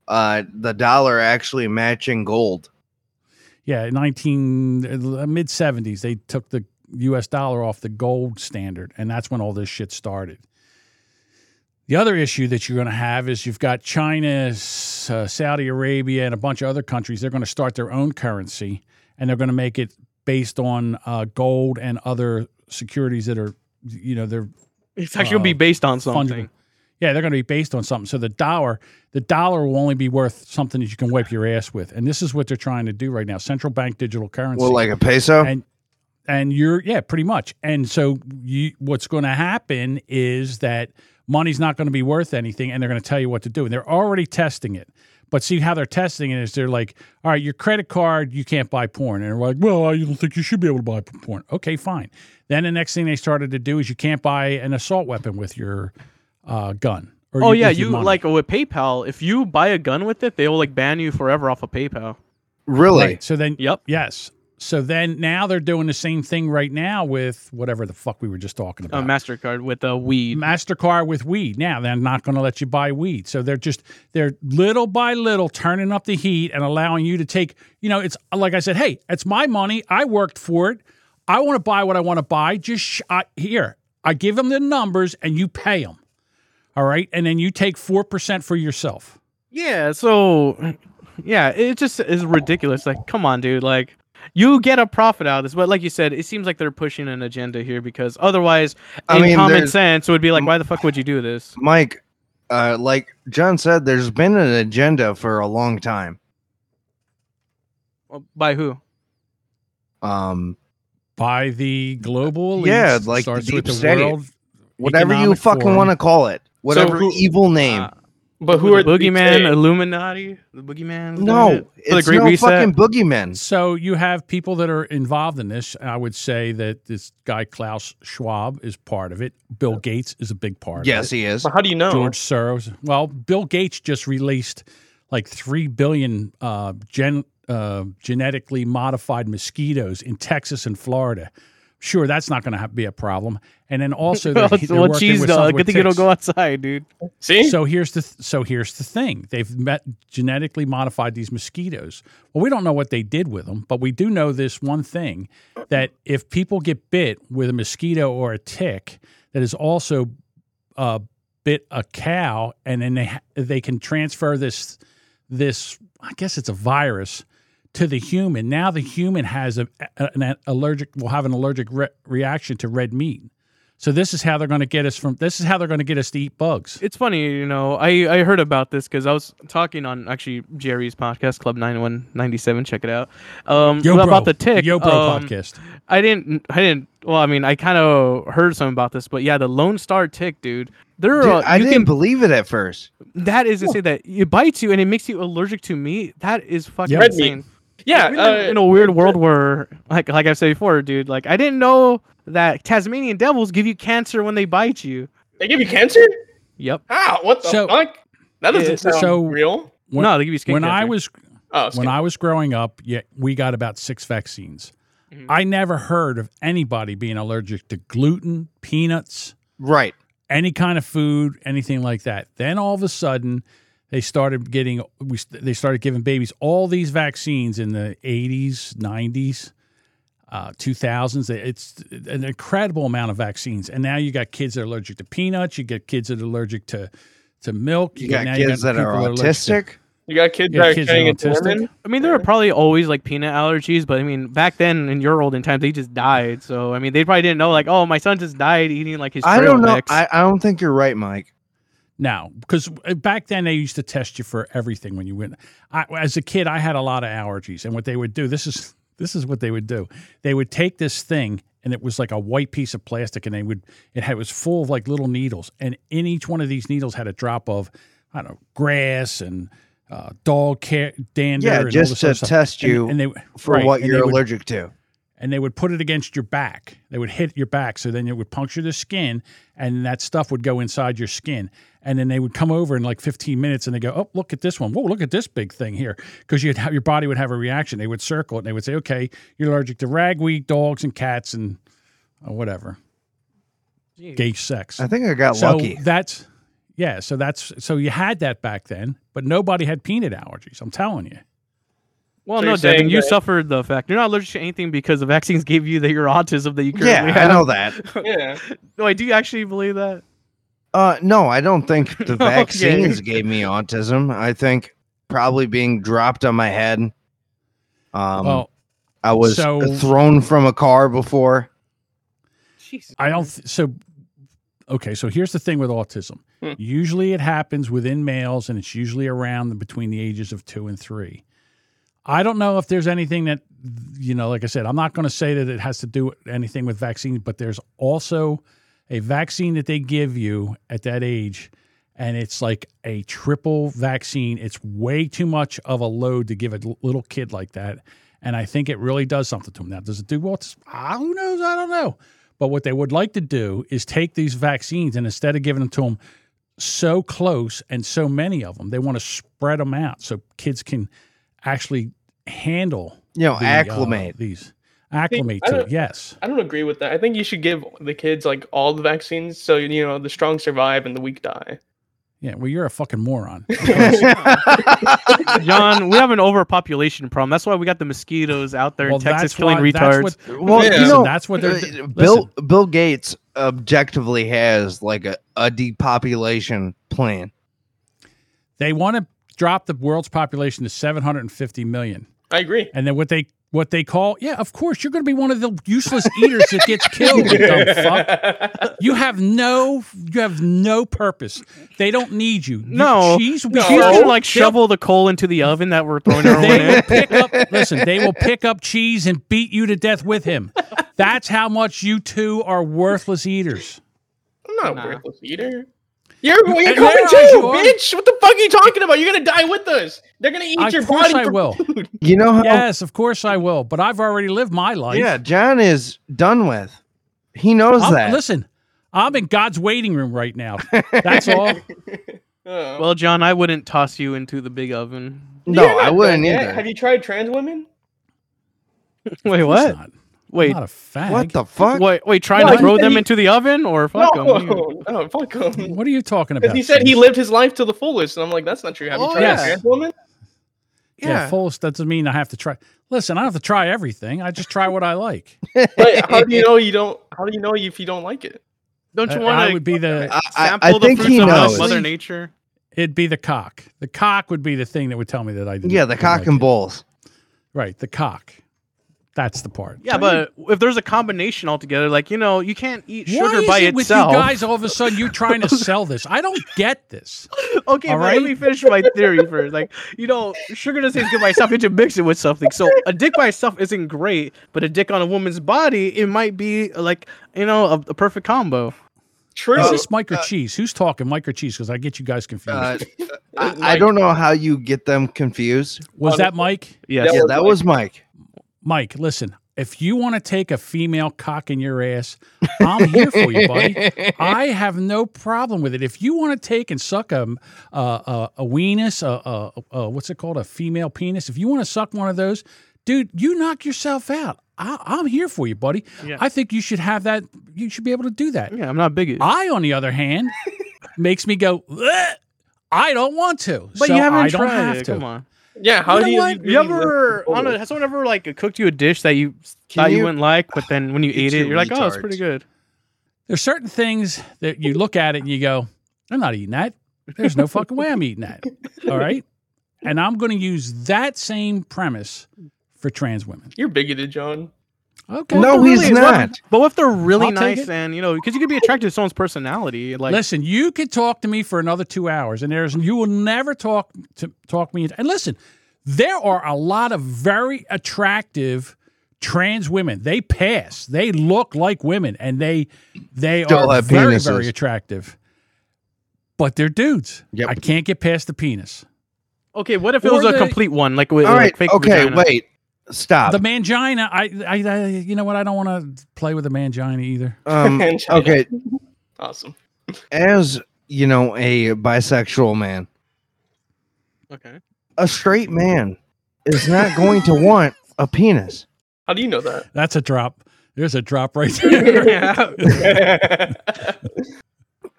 uh, the dollar actually matching gold. Yeah, nineteen uh, mid seventies, they took the U.S. dollar off the gold standard, and that's when all this shit started. The other issue that you're going to have is you've got China, S- uh, Saudi Arabia, and a bunch of other countries. They're going to start their own currency, and they're going to make it based on uh, gold and other securities that are, you know, they're It's actually gonna be Uh, based on something. fungible. Yeah, they're going to be based on something. So the dollar, the dollar will only be worth something that you can wipe your ass with, and this is what they're trying to do right now: central bank digital currency. Well, like a peso. And- and you're yeah pretty much and so you what's going to happen is that money's not going to be worth anything and they're going to tell you what to do and they're already testing it but see how they're testing it is they're like all right your credit card you can't buy porn and they're like well i don't think you should be able to buy p- porn okay fine then the next thing they started to do is you can't buy an assault weapon with your uh, gun or Oh your- yeah, with your you money. like with PayPal, if you buy a gun with it, they will like ban you forever off of PayPal. uh, really? Right. So then, Yep. yes. So then, now they're doing the same thing right now with whatever the fuck we were just talking A about. Mastercard with uh, a weed. Mastercard with weed. Now they're not going to let you buy weed. So they're just they're little by little turning up the heat and allowing you to take, you know, it's like I said, hey, it's my money. I worked for it. I want to buy what I want to buy. Just sh- I, here. I give them the numbers and you pay them. All right? And then you take 4% for yourself. Yeah, so yeah, it just is ridiculous. Like, come on, dude. Like, you get a profit out of this, but like you said, it seems like they're pushing an agenda here because otherwise, I in mean, common there's- sense, would be like, why the fuck would you do this? Mike, uh, like John said, there's been an agenda for a long time. By who? Um, By the global elites. Yeah, like the starts deep with the state. world. whatever you Economic fucking Forum. want to call it, whatever who- evil name. Uh, But who the are the boogeyman, BTA? Illuminati, the boogeyman? no, for the it's Great no fucking Reset. <laughs> boogeyman. So you have people that are involved in this. I would say that this guy Klaus Schwab is part of it. Bill Gates is a big part. Yes, of he is. But how do you know? Oh. it. George Soros. Well, Bill Gates just released like three billion uh, gen uh, genetically modified mosquitoes in Texas and Florida. Sure, that's not going to be a problem. And <laughs> then also, they're, Well, they're well, working geez, with dog. something Good with thing you don't ticks. go outside, dude. See, So here's the th- so here's the thing. They've met genetically modified these mosquitoes. Well, we don't know what they did with them, but we do know this one thing that if people get bit with a mosquito or a tick that has also uh, bit a cow, and then they ha- they can transfer this this I guess it's a virus to the human. Now the human has a, an allergic will have an allergic re- reaction to red meat. So this is how they're going to get us from. This is how they're going to get us to eat bugs. It's funny, you know. I I heard about this because I was talking on actually Jerry's podcast, Club Nine One Ninety Seven. Check it out. Um, Yo, about bro. the tick. Yo, bro, um, podcast. I didn't. I didn't. Well, I mean, I kind of heard something about this, but yeah, the Lone Star tick, dude. There, Dude, are, I you didn't can. believe it at first. That is to say that it bites you and it makes you allergic to meat. That is fucking Yeah. Red meat. insane. Yeah, we live uh, in a weird world where, like, like I've said before, dude. Like, I didn't know that Tasmanian devils give you cancer when they bite you. they give you cancer? Yep. How? What the So- fuck? That doesn't Yeah, sound so- real. When- no, they give you skin when cancer. I was Oh, it's when I was growing up, yeah, we got about six vaccines. Mhm. I never heard of anybody being allergic to gluten, peanuts, Right. any kind of food, anything like that. Then all of a sudden, they started getting we st- they started giving babies all these vaccines in the 80s, 90s, uh, 2000s. It's an incredible amount of vaccines. And now you got kids that are allergic to peanuts, you get kids that are allergic to to milk, You got now kids that people are allergic to- autistic. you got kids Yeah, that are kids turning are into autistic. women. I mean, there were probably always like peanut allergies, but I mean, back then in your olden times, they just died. So I mean, they probably didn't know like, oh, my son just died eating like his. I trail don't know. mix. I, I don't think you're right, Mike. now because back then they used to test you for everything when you went I, as a kid i had a lot of allergies and what they would do this is this is what they would do they would take this thing and it was like a white piece of plastic and they would it, had, it was full of like little needles and in each one of these needles had a drop of i don't know grass and uh, dog care dander Yeah, and all just this other to stuff. test And- you and, they for right, what and you're they would- allergic to. and they would put it against your back. They would hit your back, so then it would puncture the skin, and that stuff would go inside your skin. And then they would come over in like 15 minutes, and they go, "Oh, look at this one! Whoa, look at this big thing here!" Because you'd have your body would have a reaction. They would circle it, and they would say, "Okay, you're allergic to ragweed, dogs, and cats, and uh, whatever, Jeez. gay sex." I think I got so lucky. that's yeah. So that's so you had that back then, but nobody had peanut allergies. I'm telling you. Well, So no, you're saying Devin, you that- suffered the fact you're not allergic to anything because the vaccines <laughs> gave you that your autism that you currently Yeah, have. I know that. <laughs> Yeah. No, I do actually believe that. Uh, no, I don't <laughs> think the Okay. vaccines gave me autism. I think probably being dropped on my head. Um, well, I was so- thrown from a car before. Jeez. I don't. Th- so, okay. So here's the thing with autism. Hmm. Usually, it happens within males, and it's usually around the, between the ages of two and three. I don't know if there's anything that you know. Like I said, I'm not going to say that it has to do anything with vaccines, but there's also a vaccine that they give you at that age. And it's like a triple vaccine. It's way too much of a load to give a l- little kid like that. And I think it really does something to them. Now, does it do well? Ah, who knows? I don't know. But what they would like to do is take these vaccines and instead of giving them to them so close and so many of them, they want to spread them out so kids can actually handle You know, the, uh, Oh, <laughs> acclimate. <laughs> these. Acclimate I to it, don't- yes. I don't agree with that. I think you should give the kids like all the vaccines, so you know the strong survive and the weak die. Yeah, well, you're a <laughs> fucking moron. John, we have an overpopulation problem. That's why we got the mosquitoes out there well, in Texas that's killing why- retards. That's what, well, Yeah. you know, that's what they're. Uh, Bill listen, Bill Gates objectively has like a, a depopulation plan. they want to drop the world's population to 750 million. <laughs> I agree. And then what they what they call, yeah, of course, you're going to be one of the useless eaters that gets <laughs> killed, you dumb fuck. You have no, you have no purpose. They don't need you. You- No. she's She's Oh. gonna like shovel the coal into the oven that we're throwing her They <laughs> will away. pick up. Listen, they will pick up cheese and beat you to death with him. That's how much you two are worthless eaters. I'm not a worthless eater. You're, well, you're And coming there too, you are. bitch. What the fuck are you talking about? You're gonna die with us. They're gonna eat Of your course body. I for <laughs> will. food. You know how Yes, of course I will. But I've already lived my life. yeah, John is done with. He knows I'm- that. Listen, I'm in God's waiting room right now. That's all. Oh. Well, John, I wouldn't toss you into the big oven. no, You're not I wouldn't done yet. either. Have you tried trans women? Wait, It's what? not- I'm Wait, not a fag. what the fuck? wait, wait, trying No, to he throw said them he- into the oven or fuck 'em? no, You- <laughs> no, fuck <laughs> him. What are you talking about? Because he said he Chase? lived his life to the fullest, and I'm like, that's not true. Have you Oh, tried yes. a trans woman? Yeah, fullest doesn't mean I have to try. Listen, I don't have to try everything. I just try what <laughs> I like. But how do you know you don't? How do you know if you don't like it? Don't you Uh, want I to would <laughs> be the I, I, sample I think the he fruits of knows. Mother Nature? it'd be the cock. The cock would be the thing that would tell me that I didn't. Yeah, the didn't cock like and it. balls. Right, the cock. That's the part. Yeah, but if there's a combination altogether, like you know, you can't eat Why sugar is by it with you itself. guys all of a sudden you're trying to sell this? I don't get this. <laughs> okay, all but right? let me finish my theory first. Like, you know, sugar doesn't taste good by itself. You have to mix it with something. So a dick by itself isn't great, but a dick on a woman's body, it might be like you know a, a perfect combo. True. Is this Mike or uh, Cheese? Who's talking, Mike or Cheese? Because I get you guys confused. Uh, <laughs> Uh, I, I don't know how you get them confused. was uh, that Mike? Yes. That yeah, was that Mike. was Mike. Mike, listen. If you want to take a female cock in your ass, I'm here for you, buddy. <laughs> I have no problem with it. If you want to take and suck a a, a, a weenus, a, a, a what's it called, a female penis. If you want to suck one of those, dude, you knock yourself out. I, I'm here for you, buddy. Yeah. I think you should have that. You should be able to do that. Yeah, I'm not bigot. I, on the <laughs> other hand, makes me go. "Ugh, I don't want to. but So you haven't I don't tried have it. to. Come on. Yeah, how you know do you? what? really you lift ever the on a, photo? has someone ever like cooked you a dish that you Can thought you, you- wouldn't like, but then when you You eat it, two you're like, oh, it's retards. pretty good. There's certain things that you look at it and you go, I'm not eating that. There's no fucking way I'm <laughs> eating that. All right. And I'm going to use that same premise for trans women. You're bigoted, John. Okay. No, Really, he's what- not. But what if they're really I'll take nice it. and you know, because you could be attracted to someone's personality, like listen, you could talk to me for another two hours, and there's you will never talk to talk me into. And listen, there are a lot of very attractive trans women. They pass. They look like women, and they they Still are have very penises. very attractive. But they're dudes. Yep. I can't get past the penis. okay, what if it Or was a they- complete one, like with All like, right. fake okay. vagina? Wait. Stop. The mangina. I, I I you know what? I don't want to play with the mangina either. <laughs> Um, okay. Awesome. As you know, a bisexual man, <laughs> Okay. a straight man is not going to want a penis. How do you know <laughs> that? That's a drop. There's a drop right <laughs> <laughs> there.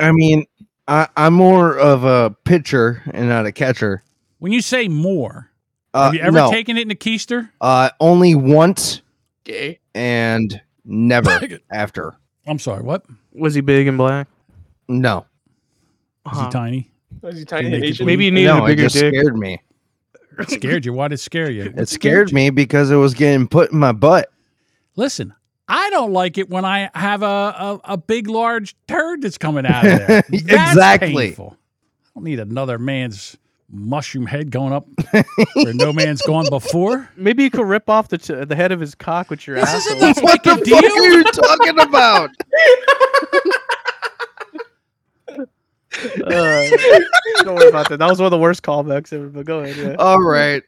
I mean, I, I'm more of a pitcher and not a catcher. when you say more, Uh, have you ever no, taken it in a keister? uh, only once Gay. and never <laughs> after. I'm sorry. What? <laughs> Was he big and black? No, Is he Uh-huh. <laughs> tiny? Is he tiny Make and it Asian? Maybe you needed no, a it bigger just dick. scared me. It scared you. Why did it scare you? It scared me because it was getting put in my butt. Listen, I don't like it when I have a, a, a big, large turd that's coming out <laughs> of there. That's Exactly. painful. I don't need another man's mushroom head going up where no man's gone <laughs> before. Maybe you could rip off the t- the head of his cock with your This ass. isn't That's Let's what make the a deal. fuck are you talking <laughs> about? uh, don't worry about that. That was one of the worst callbacks ever. But go ahead. Yeah. All right.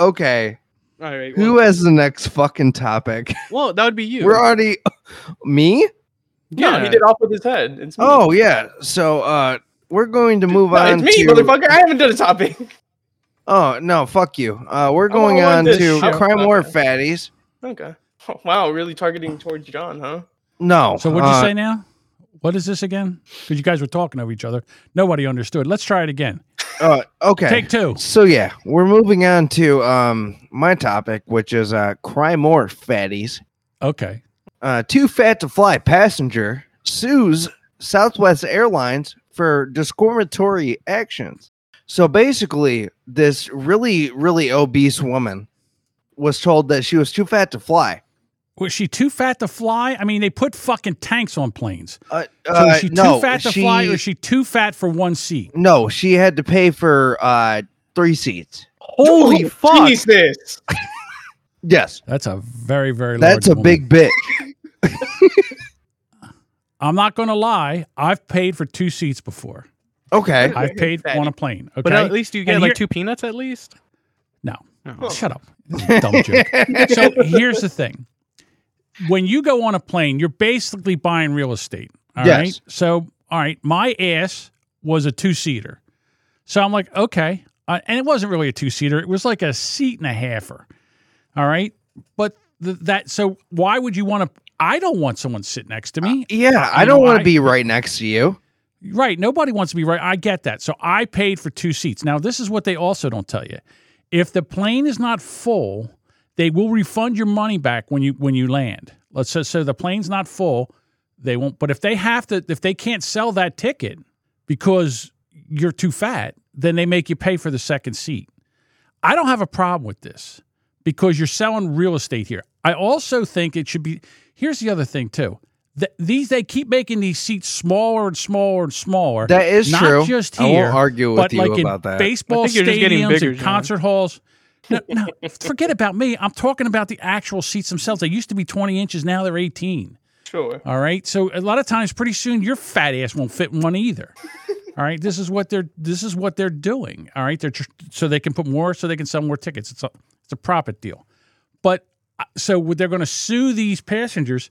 Okay. All right. Well, Uh, Who has the next fucking topic? well, that would be you. We're already me? No, he did off with his head. It's me. Oh yeah. So uh we're going to move No, on it's me, to motherfucker. I haven't done a topic. Oh, no, fuck you. Uh we're I going want on this to shit. crime war fatties. <laughs> Okay. <laughs> Oh, wow, really targeting towards John, huh? No. So what'd you uh, say now? What is this again? Because you guys were talking to each other. Nobody understood. Let's try it again. Uh, okay. Take two. so yeah, we're moving on to um my topic, which is uh crime war fatties. Okay. uh, too fat to fly passenger sues Southwest Airlines for discriminatory actions. So basically, this really, really obese woman was told that she was too fat to fly. Was she too fat to fly? I mean, they put fucking tanks on planes. Uh, So uh, is she too no, fat to she, fly or is she too fat for one seat? no, she had to pay for uh, three seats. Holy Oh, fuck! Jesus. Yes, That's a very, very that's a large big woman. bitch. I'm not going to lie. I've paid for two seats before. Okay, I've paid Fatty. on a plane. Okay. But at least you get And like here- two peanuts at least. No. Oh. Shut up. This is a Dumb joke. So here's the thing. When you go on a plane, you're basically buying real estate. All right. Yes. So, all right, my ass was a two seater. So I'm like, okay. Uh, and it wasn't really a two seater, it was like a seat and a halfer. All right. But th- that, so why would you want to? I don't want someone sit next to me. yeah, I You don't know, want I- to be right next to you. Right. Nobody wants to be right. I get that. So I paid for two seats. Now, this is what they also don't tell you. If the plane is not full, they will refund your money back when you when you land. Let's say so the plane's not full, they won't. But if they have to, if they can't sell that ticket because you're too fat, then they make you pay for the second seat. I don't have a problem with this because you're selling real estate here. I also think it should be. Here's the other thing too. Th- these they keep making these seats smaller and smaller and smaller. That is not true. just I here, won't argue with but you like about in that. baseball I think you're just getting stadiums bigger, and John. concert halls. No, no, forget about me. I'm talking about the actual seats themselves. They used to be 20 inches, now they're 18. Sure. All right. So a lot of times, pretty soon, your fat ass won't fit in one either. All right. This is what they're this is what they're doing. All right. They're tr- so they can put more, so they can sell more tickets. It's a it's a profit deal. But uh, so what they're going to sue these passengers.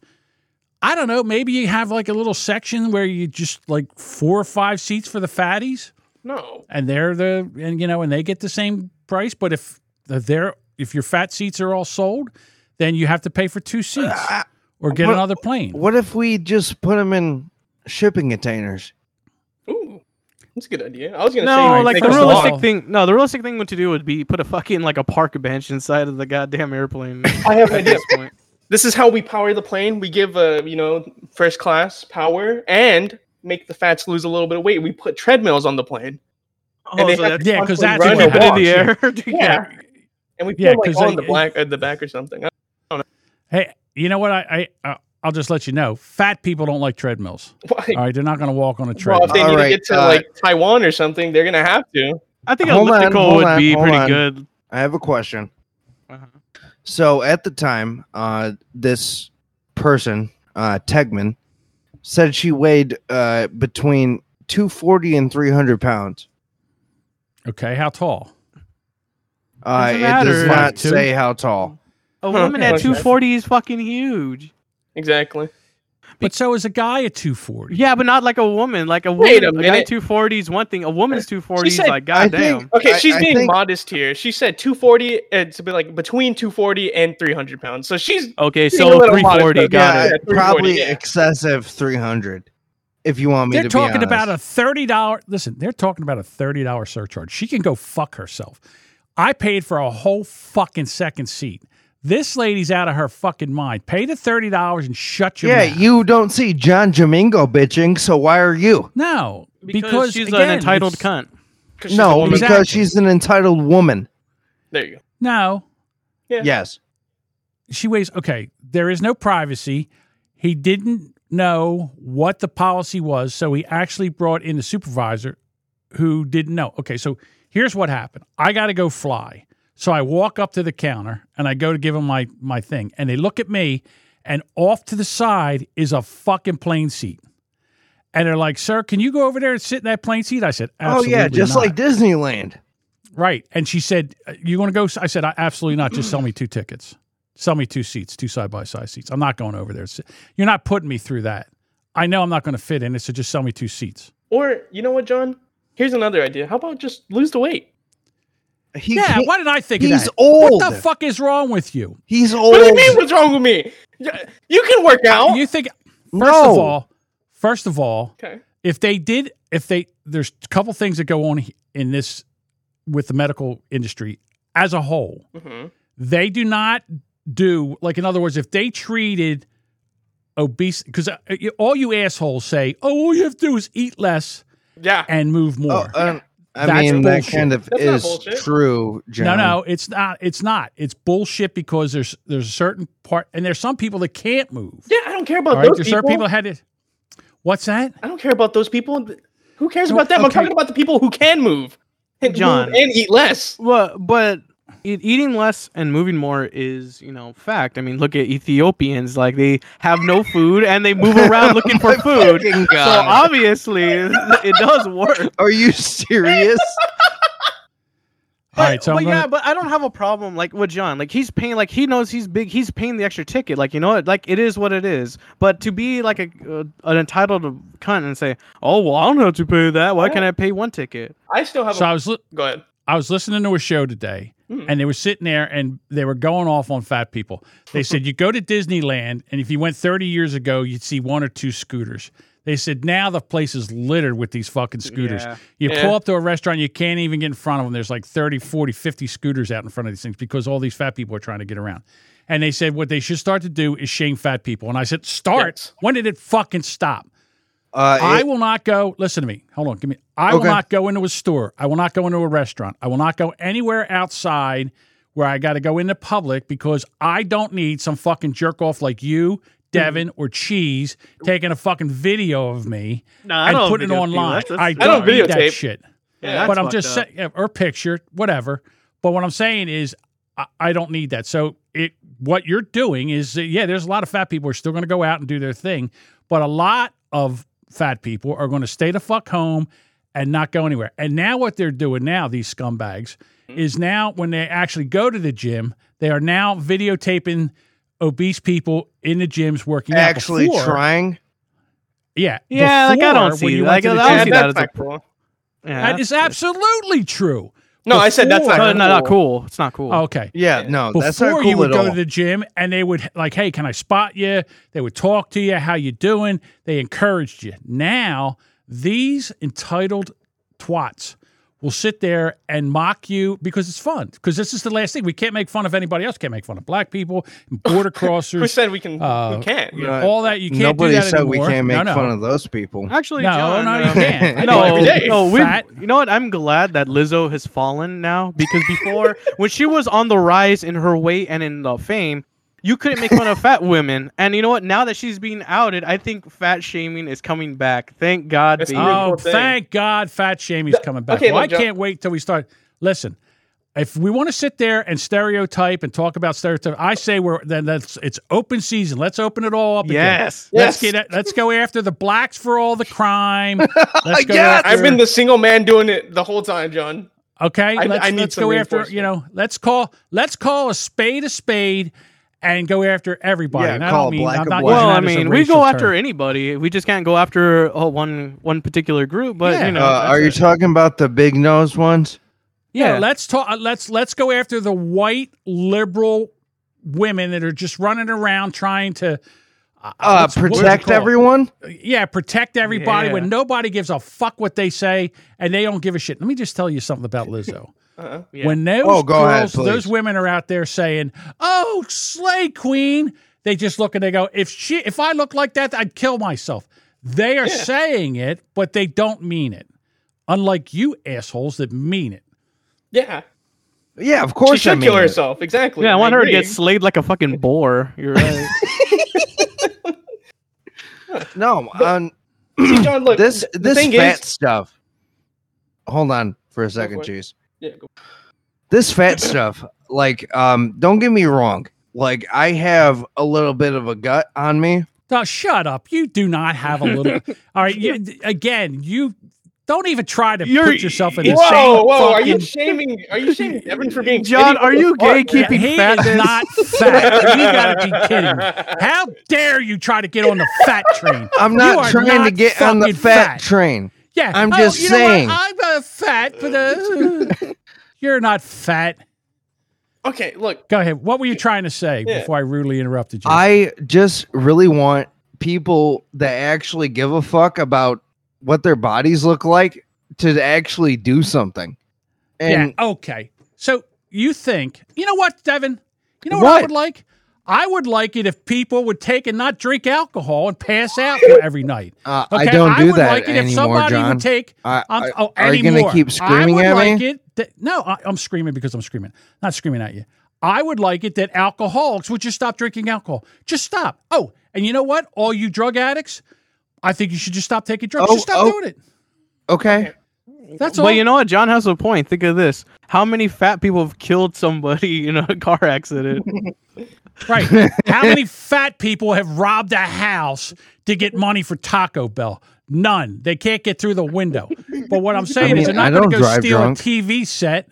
I don't know. Maybe you have like a little section where you just like four or five seats for the fatties, No. and they're the and you know and they get the same price. But if they're if your fat seats are all sold, then you have to pay for two seats Uh, Ah, or get What- another plane. What if we just put them in shipping containers? Ooh, that's a good idea. I was gonna say No, like, like make the us all- realistic walk. thing. No, the realistic thing to do would be put a fucking like a park bench inside of the goddamn airplane. I have an at idea. this <laughs> point, This is how we power the plane. We give uh, you know first class power and make the fats lose a little bit of weight. We put treadmills on the plane. oh, they so have that's to Yeah, 'cause constantly that's run what and up in walk. happens. the air. <laughs> yeah. Yeah. and we put Yeah, like 'cause on they- the black at the back or something. <laughs> Hey, you know what? I, I uh, I'll just let you know. Fat people don't like treadmills. Why? All right, they're not going to walk on a Well, treadmill. if they All need to right, get to uh, like Taiwan or something, they're gonna have to. I think Hold on, elliptical hold would on, be hold pretty on. good. I have a question. Uh-huh. So at the time, uh, this person, uh, Tegman, said she weighed uh, between 240 and 300 pounds. okay, how tall? Uh, Doesn't it matter. does not Two. say how tall. A woman at Okay. 240 is fucking huge. Exactly. But so is a guy at two forty. Yeah, but not like a woman. Like a woman, Wait a a, guy minute. 240 is one thing. A woman's 240 is said- like I goddamn. think- Okay, I- she's I being think- modest here. She said 240. It's been like between 240 and 300 pounds. So she's Being Okay, so a little 340. modest, but Got yeah, it. it. Yeah, 340, probably yeah. excessive 300. If you want me They're to talking be about honest. a thirty dollar. Listen, they're talking about a thirty dollar surcharge. She can go fuck herself. I paid for a whole fucking second seat. This lady's out of her fucking mind. Pay the thirty dollars and shut your Yeah, mouth. you don't see John Domingo bitching, so why are you? no, Because, she's an again, entitled it's- cunt. 'cause she's a No, woman. Exactly. because she's an entitled woman. There you go. No, Yeah. Yes. she weighs okay there is no privacy he didn't know what the policy was so he actually brought in a supervisor who didn't know okay so here's what happened i got to go fly so i walk up to the counter and i go to give him my my thing and they look at me and off to the side is a fucking plane seat and they're like sir can you go over there and sit in that plane seat i said Absolutely oh yeah, just not." like Disneyland. Right. And she said, "Uh, You want to go? I said, "I- Absolutely not. Just sell me two tickets. Sell me two seats, two side by side seats. I'm not going over there. You're not putting me through that. I know I'm not going to fit in it. So just sell me two seats. Or you know what, John? Here's another idea. How about just lose the weight? He yeah. can't- Why did I think he's of that? old. What the fuck is wrong with you? He's old. What do you mean? What's wrong with me? Y- You can work out. You think, Oh, No. first of all, first of all, okay. if they did if they there's a couple things that go on he- in this with the medical industry as a whole hmm they do not do like in other words if they treated obese because all you assholes say oh all you have to do is eat less Yeah. and move more Oh, um, I That's mean, that bullshit. kind of That's not bullshit. is true, no John. no it's not it's not it's bullshit because there's there's a certain part and there's some people that can't move Yeah. I don't care all about right those there's people. certain people that had it what's that I don't care about those people. Who cares No, about them? I'm okay. talking about the people who can move, and move John. and eat less. Well, but e- eating less and moving more is, you know, fact. I mean, look at Ethiopians; like they have no food and they move around looking <laughs> for <laughs> food. Fucking So God. obviously, <laughs> it does work. Are you <laughs> serious? all right so but I'm yeah, gonna, but I don't have a problem like with John. Like he's paying, like he knows he's big. He's paying the extra ticket. Like you know what? Like it is what it is. But to be like a uh, an entitled cunt and say, "Oh well, I don't have to pay that. Why can't I pay one ticket?" I still have. so a, i was li- go ahead. I was listening to a show today, Hmm. and they were sitting there and they were going off on fat people. They said, You go to Disneyland, and if you went 30 years ago, you'd see one or two scooters. They said, Now the place is littered with these fucking scooters. Yeah. You Yeah. pull up to a restaurant, you can't even get in front of them. There's like 30, 40, 50 scooters out in front of these things because all these fat people are trying to get around. And they said, What they should start to do is shame fat people. And I said, Start. Yes. When did it fucking stop? Uh, I it- will not go. Listen to me. Hold on. Give me. I will Okay. not go into a store. I will not go into a restaurant. I will not go anywhere outside where I got to go into public because I don't need some fucking jerk off like you, Devin, or Cheese taking a fucking video of me No, and putting it online. I I don't don't need that videotape. shit. Yeah, but I'm just saying, or picture, whatever. But what I'm saying is, I- I, I don't need that. So it what you're doing is uh, yeah, there's a lot of fat people who are still going to go out and do their thing, but a lot of fat people are going to stay the fuck home and not go anywhere. And now what they're doing now, these scumbags, Hmm? is now when they actually go to the gym, they are now videotaping obese people in the gyms working out. Actually Before- trying. yeah, Yeah, like, I don't before, see when you that. went to Like, the I don't gym, see that as a- not cool. Yeah, That is absolutely true. No, I said that's No, not, no, cool. Oh, not cool. It's not cool. Okay. Yeah, Yeah. no, before Oh, that's not cool you would at go all. to the gym and they would like hey can i spot you they would talk to you how you doing they encouraged you now these entitled twats will sit there and mock you because it's fun because this is the last thing we can't make fun of anybody else can't make fun of black people <laughs> border Who crossers said we can? Uh, we can't. No, all that you can't Nobody do that said anymore. we can't make no, no. fun of those people. Actually, no, John, no, <laughs> um, you can't. I No, do every day. no, we, Fat. you know what? I'm glad that Lizzo has fallen now because before, when she was on the rise in her weight and in the fame, you couldn't make fun of fat women. And you know what? Now that she's being outed, I think fat shaming is coming back. Thank God. That's baby. true. Oh, Cool thing. thank God fat shaming's coming back. okay, well, I look, John- can't wait till we start. Listen, if we want to sit there and stereotype and talk about stereotype, I say we're then that's it's open season. Let's open it all up again. yes. Let's Yes. get it- let's go after the blacks for all <laughs> the crime. Let's go Yes. after, I've been the single man doing it the whole time, John. okay. I- let's I need let's some go after reinforcement. you know. Let's call let's call a spade a spade and go after everybody. Yeah, and I call don't a mean black I'm a not black. Well, using that I as a mean, we racial go term. after anybody. We just can't go after oh, one one particular group. But Yeah. you know, uh, that's are you it. talking about the big nose ones? Yeah, Yeah. let's talk. uh, Let's let's go after the white liberal women that are just running around trying to uh, Uh, what's- what's it protect called? everyone. Yeah, protect everybody Yeah. when nobody gives a fuck what they say and they don't give a shit. Let me just tell you something about Lizzo. Uh-uh. <laughs> Yeah. When those Oh, go ahead, girls, those please. women are out there saying, "Oh, slay queen," they just look and they go, "If she, if I look like that, I'd kill myself." They are Yeah. saying it, but they don't mean it. Unlike you assholes that mean it. Yeah, Yeah, of she course. I should mean kill it. herself. Exactly. yeah, I want her to get agree. slayed like a fucking boar. You're right. No, uh, on See, John, look, this th- the this thing fat is- stuff. Hold on for a second, for it. cheese. Yeah, go- This fat stuff, like, um, don't get me wrong. Like, I have a little bit of a gut on me. No, shut up. You do not have a little. All right. You, again, you don't even try to You're- put yourself in the whoa, same. whoa! Are you fucking- shaming? Are you shaming Devin for being John, skinny? are you Or- gatekeeping Yeah, he fatness? is not fat. You gotta <laughs> be kidding. me. How dare you try to get on the fat train? I'm You not are trying to not get on the fucking fat, fat. train. Yeah, I'm oh, just you know what? saying. I'm uh, fat, but uh, you're not fat. Okay, look. Go ahead. What were you trying to say Yeah. before I rudely interrupted you? I just really want people that actually give a fuck about what their bodies look like to actually do something. And yeah. Okay. So you think you know what, Devin? You know what, I What? would like? I would like it if people would take and not drink alcohol and pass out for every night. uh, Okay? I don't do would that like it anymore, if somebody John. would take. I- I'm, I- oh, are you gonna anymore. keep screaming I would at like me? It that, no, I, I'm screaming because I'm screaming, not screaming at you. I would like it that alcoholics would just stop drinking alcohol. Just stop. Oh, and you know what? All you drug addicts, I think you should just stop taking drugs. Oh, just stop oh. doing it. okay. That's all. But you know what? John has a point. Think of this: how many fat people have killed somebody <laughs> in a car <laughs> accident? <laughs> Right. How many fat people have robbed a house to get money for Taco Bell? None. They can't get through the window. But what I'm saying is mean, they're I not going don't to go drive steal drunk. a TV set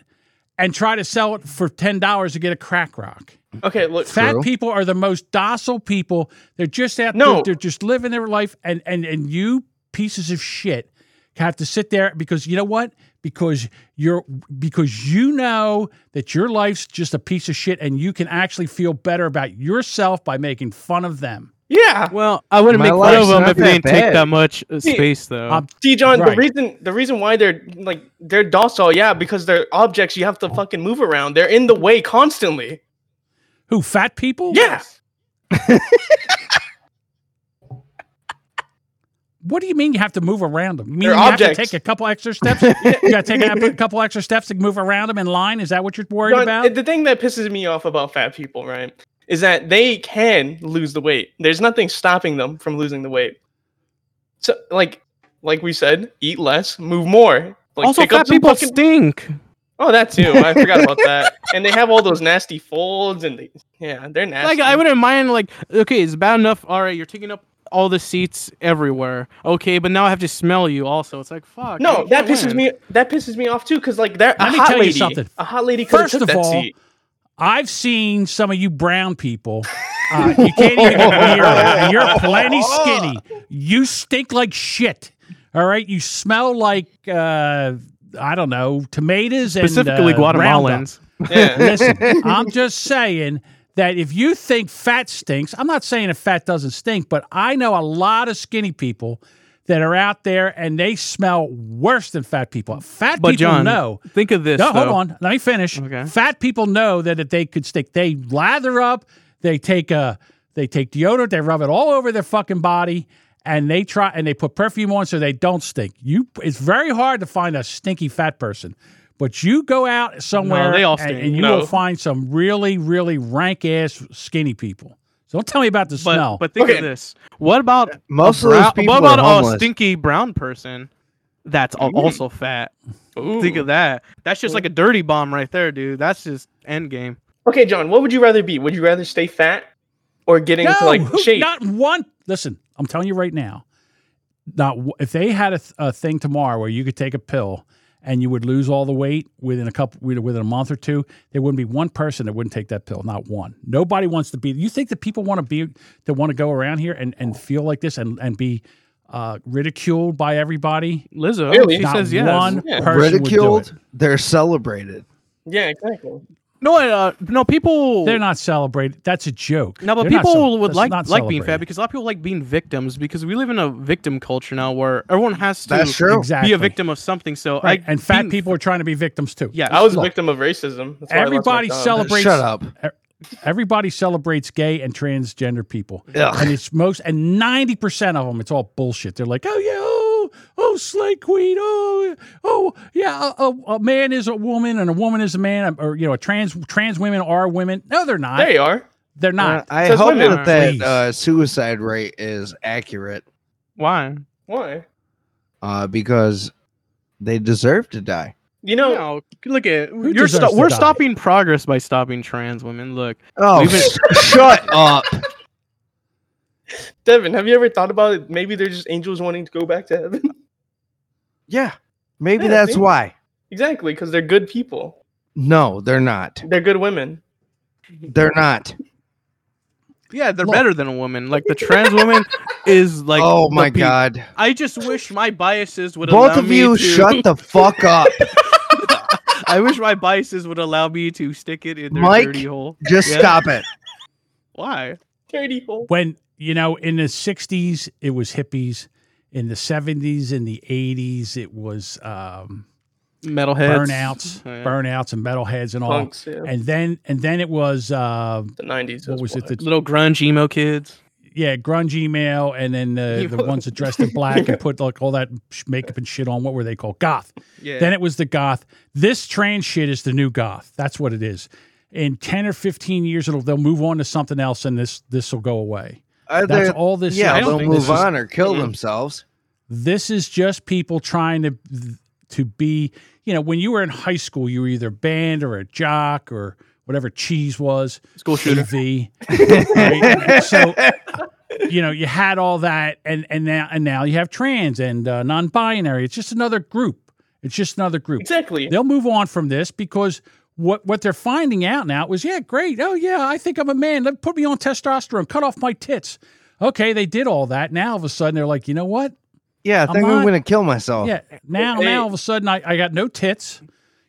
and try to sell it for $10 to get a crack rock. Okay, look. Fat True. people are the most docile people. They're just out No. there. They're just living their life. And, and, and you pieces of shit have to sit there because you know what? Because you're because you know that your life's just a piece of shit and you can actually feel better about yourself by making fun of them. Yeah. Well, I wouldn't My make fun life's of them not if they that didn't take bad. that much uh, See, space, though. I'm- See, John, Right. the reason the reason why they're like they're docile, yeah, because they're objects you have to fucking move around. They're in the way constantly. Who fat people? Yeah. What do you mean you have to move around them? You mean They're you have to objects. take a couple extra steps? you got <laughs> to take a, a couple extra steps to move around them in line. Is that what you're worried John, about? the thing that pisses me off about fat people, right, is that they can lose the weight. There's nothing stopping them from losing the weight. So, like, like we said, eat less, move more. Like, also, pick up fat some people fucking- stink. Oh, that too. <laughs> I forgot about that. And they have all those nasty folds, and they, yeah, they're nasty. Like I wouldn't mind like okay, it's bad enough. All right, you're taking up all the seats everywhere. Okay, but now I have to smell you also. It's like fuck. No, I that can't pisses win. me. That pisses me off too, because like that a Let me hot tell you lady, something. a hot lady. could've First took of that all, <laughs> seat. I've seen some of you brown people. Uh, you <laughs> can't even get near them. You're plenty Oh. skinny. You stink like shit. All right, you smell like uh, I don't know tomatoes and specifically uh, Roundup. Guatemalans. yeah, Listen, I'm just saying that if you think fat stinks, I'm not saying that fat doesn't stink, but I know a lot of skinny people that are out there and they smell worse than fat people. Fat But people John, know. think of this. No, hold though. on. Let me finish. Okay. Fat people know that if they could stick, they lather up, they take a, they take deodorant, they rub it all over their fucking body, and they try and they put perfume on so they don't stink. You, it's very hard to find a stinky fat person, but you go out somewhere they all and- stink. and, you No. will find some really, really rank ass skinny people. So don't tell me about the But smell. but think Okay. of this. What about Most a of those brown- people What are about a homeless. stinky brown person? That's al- Mm. also fat. Ooh. Think of that. That's just like a dirty bomb right there, dude. That's just end game. Okay, John, what would you rather be? Would you rather stay fat or get into no, like who- shape? not one. Listen, I'm telling you right now. Not w- if they had a, th- a thing tomorrow where you could take a pill and you would lose all the weight within a couple with- within a month or two, there wouldn't be one person that wouldn't take that pill. Not one. Nobody wants to be. You think that people want to be that want to go around here and, and feel like this and and be uh, ridiculed by everybody? Lizzo, Really? she Not says yes. one Yeah. person would do it. ridiculed. They're celebrated. yeah, exactly. No, uh, no, people. They're not celebrated. That's a joke. No, but They're not people cel- would that's like not like being fat celebrated. because a lot of people like being victims because we live in a victim culture now where everyone has to That's true. Exactly. be a victim of something. So Right. I and fat being- people are trying to be victims too. Yeah, I was a Look, victim of racism. That's why I lost my everybody job. celebrates Shut up. everybody celebrates gay and transgender people Ugh. and it's most and 90% of them it's all bullshit they're like oh yeah oh, oh slay queen oh oh yeah a, a, a man is a woman and a woman is a man um, or you know a trans trans women are women no they're <laughs> not There you are. they're not I Says hope women. that that Please. uh, suicide rate is accurate Why? Why? uh, because they deserve to die. You know, No, look at you're deserves sto- to we're die? stopping progress by stopping trans women. Look, Oh, We've been- sh- <laughs> shut up! Devin, have you ever thought about it? Maybe they're just angels wanting to go back to heaven. <laughs> Yeah, maybe Yeah, that's see? why. exactly, because they're good people. No, they're not. They're good women. They're not. yeah, they're Look. better than a woman. Like the trans <laughs> woman is like. oh the my peak. god! I just wish my biases would Both allow of me you, to- shut the fuck up! <laughs> I wish my biases would allow me to stick it in their Mike. dirty hole. Just Yeah. stop it. Why? Dirty hole. when you know in the 60s it was hippies in the 70s in the 80s it was um, Metalheads. Oh, burnouts Yeah. burnouts and metalheads and all Punks, yeah. and then and then it was uh, the 90s. what was it the Little grunge emo kids. yeah, grunge email, and then <laughs> the, the Emo. ones that dressed in black and put like all that sh- makeup and shit on. What were they called? Goth. Yeah. Then it was the goth. This trans shit is the new goth. That's what it is. In ten or fifteen years, it'll they'll move on to something else, and this this will go away. That's Either, all this. yeah, I is. don't they'll think move this is- on or kill Mhm. themselves. This is just people trying to to be. You know, when you were in high school, you were either a band or a jock or whatever cheese was. School shooter. TV. Right? So you know you had all that and and now and now you have trans and uh, non-binary it's just another group it's just another group Exactly. they'll move on from this because what what they're finding out now was yeah great oh yeah i think i'm a man let put me on testosterone cut off my tits okay they did all that now all of a sudden they're like you know what Yeah, I I'm think I'm, not- gonna kill Oh. myself. yeah now Hey. now all of a sudden i, I got no tits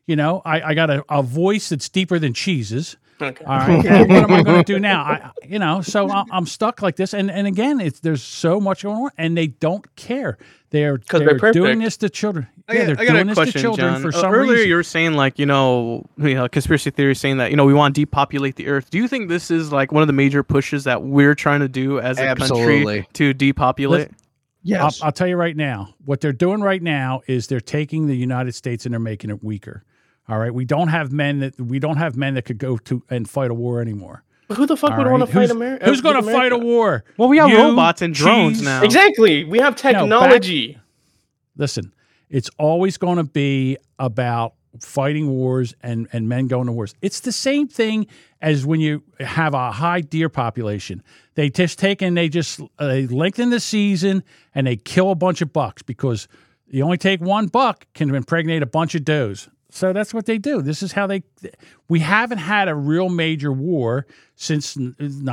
you know i, I got a, a voice that's deeper than cheese's Okay. <laughs> all right. Now, what am I going to do now? I, you know, so I- I'm stuck like this. And and again, it's there's so much going on, and they don't care. They're 'Cause they're they're, doing perfect. this to children. I Yeah, got- they're I got doing a this question, to children John. for Uh, some Earlier, reason. you were saying like you know, you know, conspiracy theories saying that you know we want to depopulate the Earth. Do you think this is like one of the major pushes that we're trying to do as a Absolutely. country to depopulate? I'll, Yes. I'll tell you right now, what they're doing right now is they're taking the United States and they're making it weaker. All right, we don't have men that we don't have men that could go to and fight a war anymore. But who the fuck All would right, want to fight who's, America? Who's going to fight a war? Well, we have You, robots and drones cheese. now. Exactly. We have back- technology. listen, it's always going to be about fighting wars and and men going to wars. It's the same thing as when you have a high deer population. They just take and they just uh, they lengthen the season and they kill a bunch of bucks because you only take one buck can impregnate a bunch of does. So that's what they do. This is how they. We haven't had a real major war since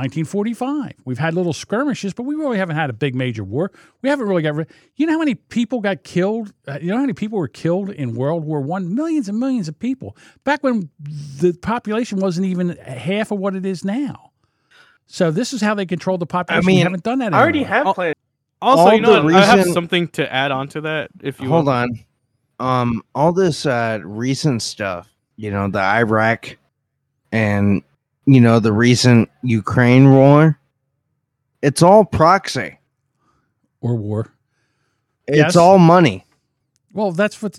1945. We've had little skirmishes, but we really haven't had a big major war. We haven't really got. Re- you know how many people got killed? Uh, You know how many people were killed in World War One? Millions and millions of people. Back when the population wasn't even half of what it is now. So this is how they control the population. we mean, haven't done that. I already anymore. have Oh, plans. Also, All you know, the what? I have reason- something to add on to that. If you Hold will. on. Um, all this uh, recent stuff, you know, the Iraq and you know the recent Ukraine war. It's all proxy. or war. It's Yes. all money. Well, that's what.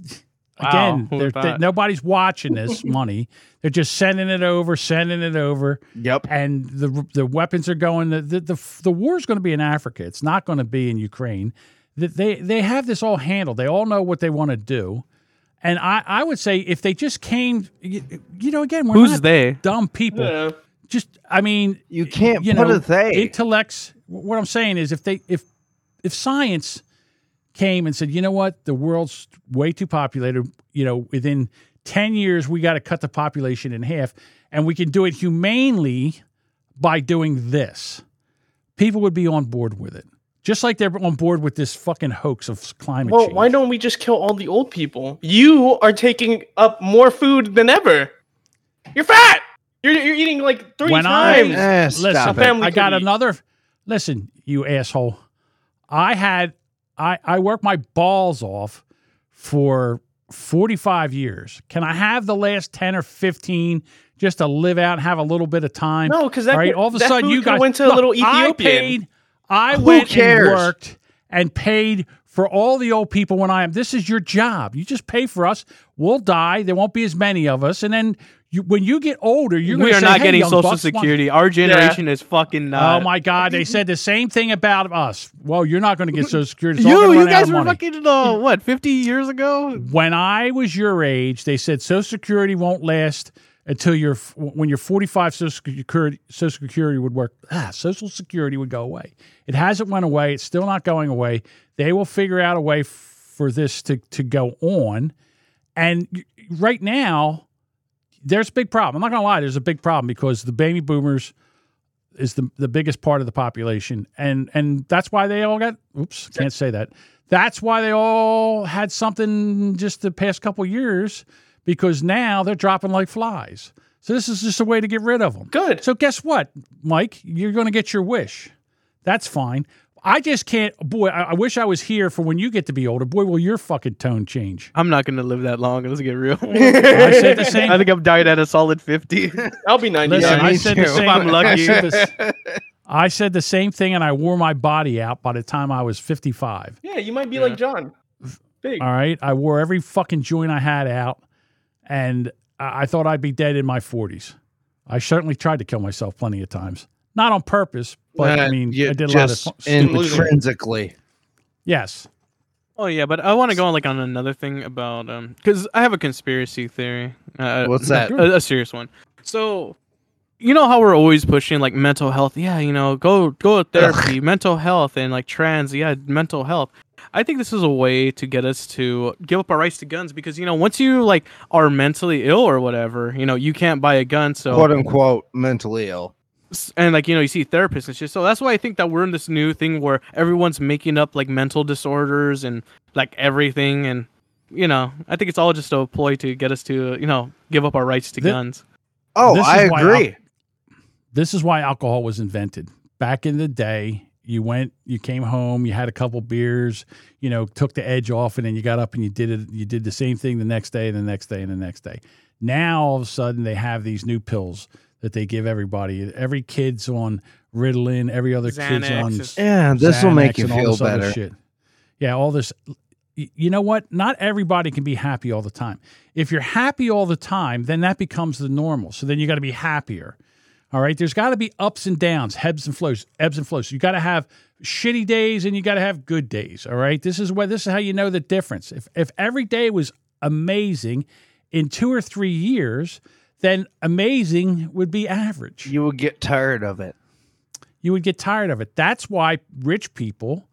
Wow, Again, who they're, thought? they- nobody's watching this money. They're just sending it over, sending it over, Yep. and the the weapons are going. The the the, the war's going to be in Africa. It's not going to be in Ukraine. That they they have this all handled. They all know what they want to do, and I I would say if they just came, you, you know, again, we're Who's not they? dumb people. Yeah. Just I mean, You can't you put know, a thing. intellects what i'm saying is if they if if science came and said you know what the world's way too populated you know within 10 years we got to cut the population in half and we can do it humanely by doing this people would be on board with it just like they're on board with this fucking hoax of climate Well, change why don't we just kill all the old people? You are taking up more food than ever. You're fat. You're, you're eating like three When I- times. Eh, stop Fam- it. family I could got eat. another. Listen, you asshole. I had I I worked my balls off for 45 years. Can I have the last 10 or 15 just to live out and have a little bit of time? No, because that All right, could- all of a that sudden food you could guys went to a Look, little I Ethiopian. paid. I Who went cares? and worked and paid for all the old people when I am. This is your job. You just pay for us. We'll die. There won't be as many of us. And then you, when you get older, you're we gonna are say, not "Hey, getting young social bucks, why- security. Our generation is fucking uh, not. oh my God! They said the same thing about us. Well, you're not going to get Social Security. It's all You, you gonna run out of guys were money. fucking uh, what fifty years ago? When I was your age, they said Social Security won't last until you're f- when you're 45. Social Security, Social Security would work. Ah, Social Security would go away. It hasn't went away. It's still not going away. They will figure out a way f- for this to to go on. And y- right now, there's a big problem. I'm not gonna lie, there's a big problem because the baby boomers is the the biggest part of the population, and and that's why they all got. Oops, can't say that. That's why they all had something just the past couple years because now they're dropping like flies. So this is just a way to get rid of them. Good. So guess what, Mike? You're going to get your wish. That's fine. I just can't. Boy, I, I wish I was here for when you get to be older. Boy, will your fucking tone change. I'm not gonna live that long. Let's get real. I said the <laughs> same. I think I've died at a solid <laughs> fifty. I'll be 99. Listen, Yeah, I me said too. the same. I'm lucky. I said, <laughs> the, I said the same thing, and I wore my body out by the time I was 55. yeah, you might be Yeah. like John. Big. All right, I wore every fucking joint I had out, and I, I thought I'd be dead in my 40s. I certainly tried to kill myself plenty of times, not on purpose, but I Uh, mean, you I did a lot of just fu- stupid. in- shit. intrinsically. yes, oh yeah, but I want to go on like on another thing about um because I have a conspiracy theory. Uh, What's that? a, a serious one. So, you know how we're always pushing like mental health. Yeah, you know, go go to therapy, mental health, and like trans. Yeah, mental health. I think this is a way to get us to give up our rights to guns because you know once you like are mentally ill or whatever, you know you can't buy a gun. So Quote unquote mentally ill. s- and like you know you see therapists and shit so that's why i think that we're in this new thing where everyone's making up like mental disorders and like everything and you know i think it's all just a ploy to get us to you know give up our rights to Thi- guns Oh, This is I why agree. this is why alcohol was invented back in the day you went you came home you had a couple beers you know took the edge off and then you got up and you did it you did the same thing the next day and the next day and the next day now all of a sudden they have these new pills that they give everybody every kid's on ritalin every other kid's Xanax on is- yeah, this will make Xanax you and all feel this other better. Shit. Yeah, all this. y- You know what? Not everybody can be happy all the time. If you're happy all the time, then that becomes the normal. So then you got to be happier. All right. There's got to be ups and downs, ebbs and flows, ebbs and flows. You got to have shitty days and you got to have good days. All right. This is where this is how you know the difference. If if every day was amazing, in two or three years, then amazing would be average. You will get tired of it. you would get tired of it. That's why rich people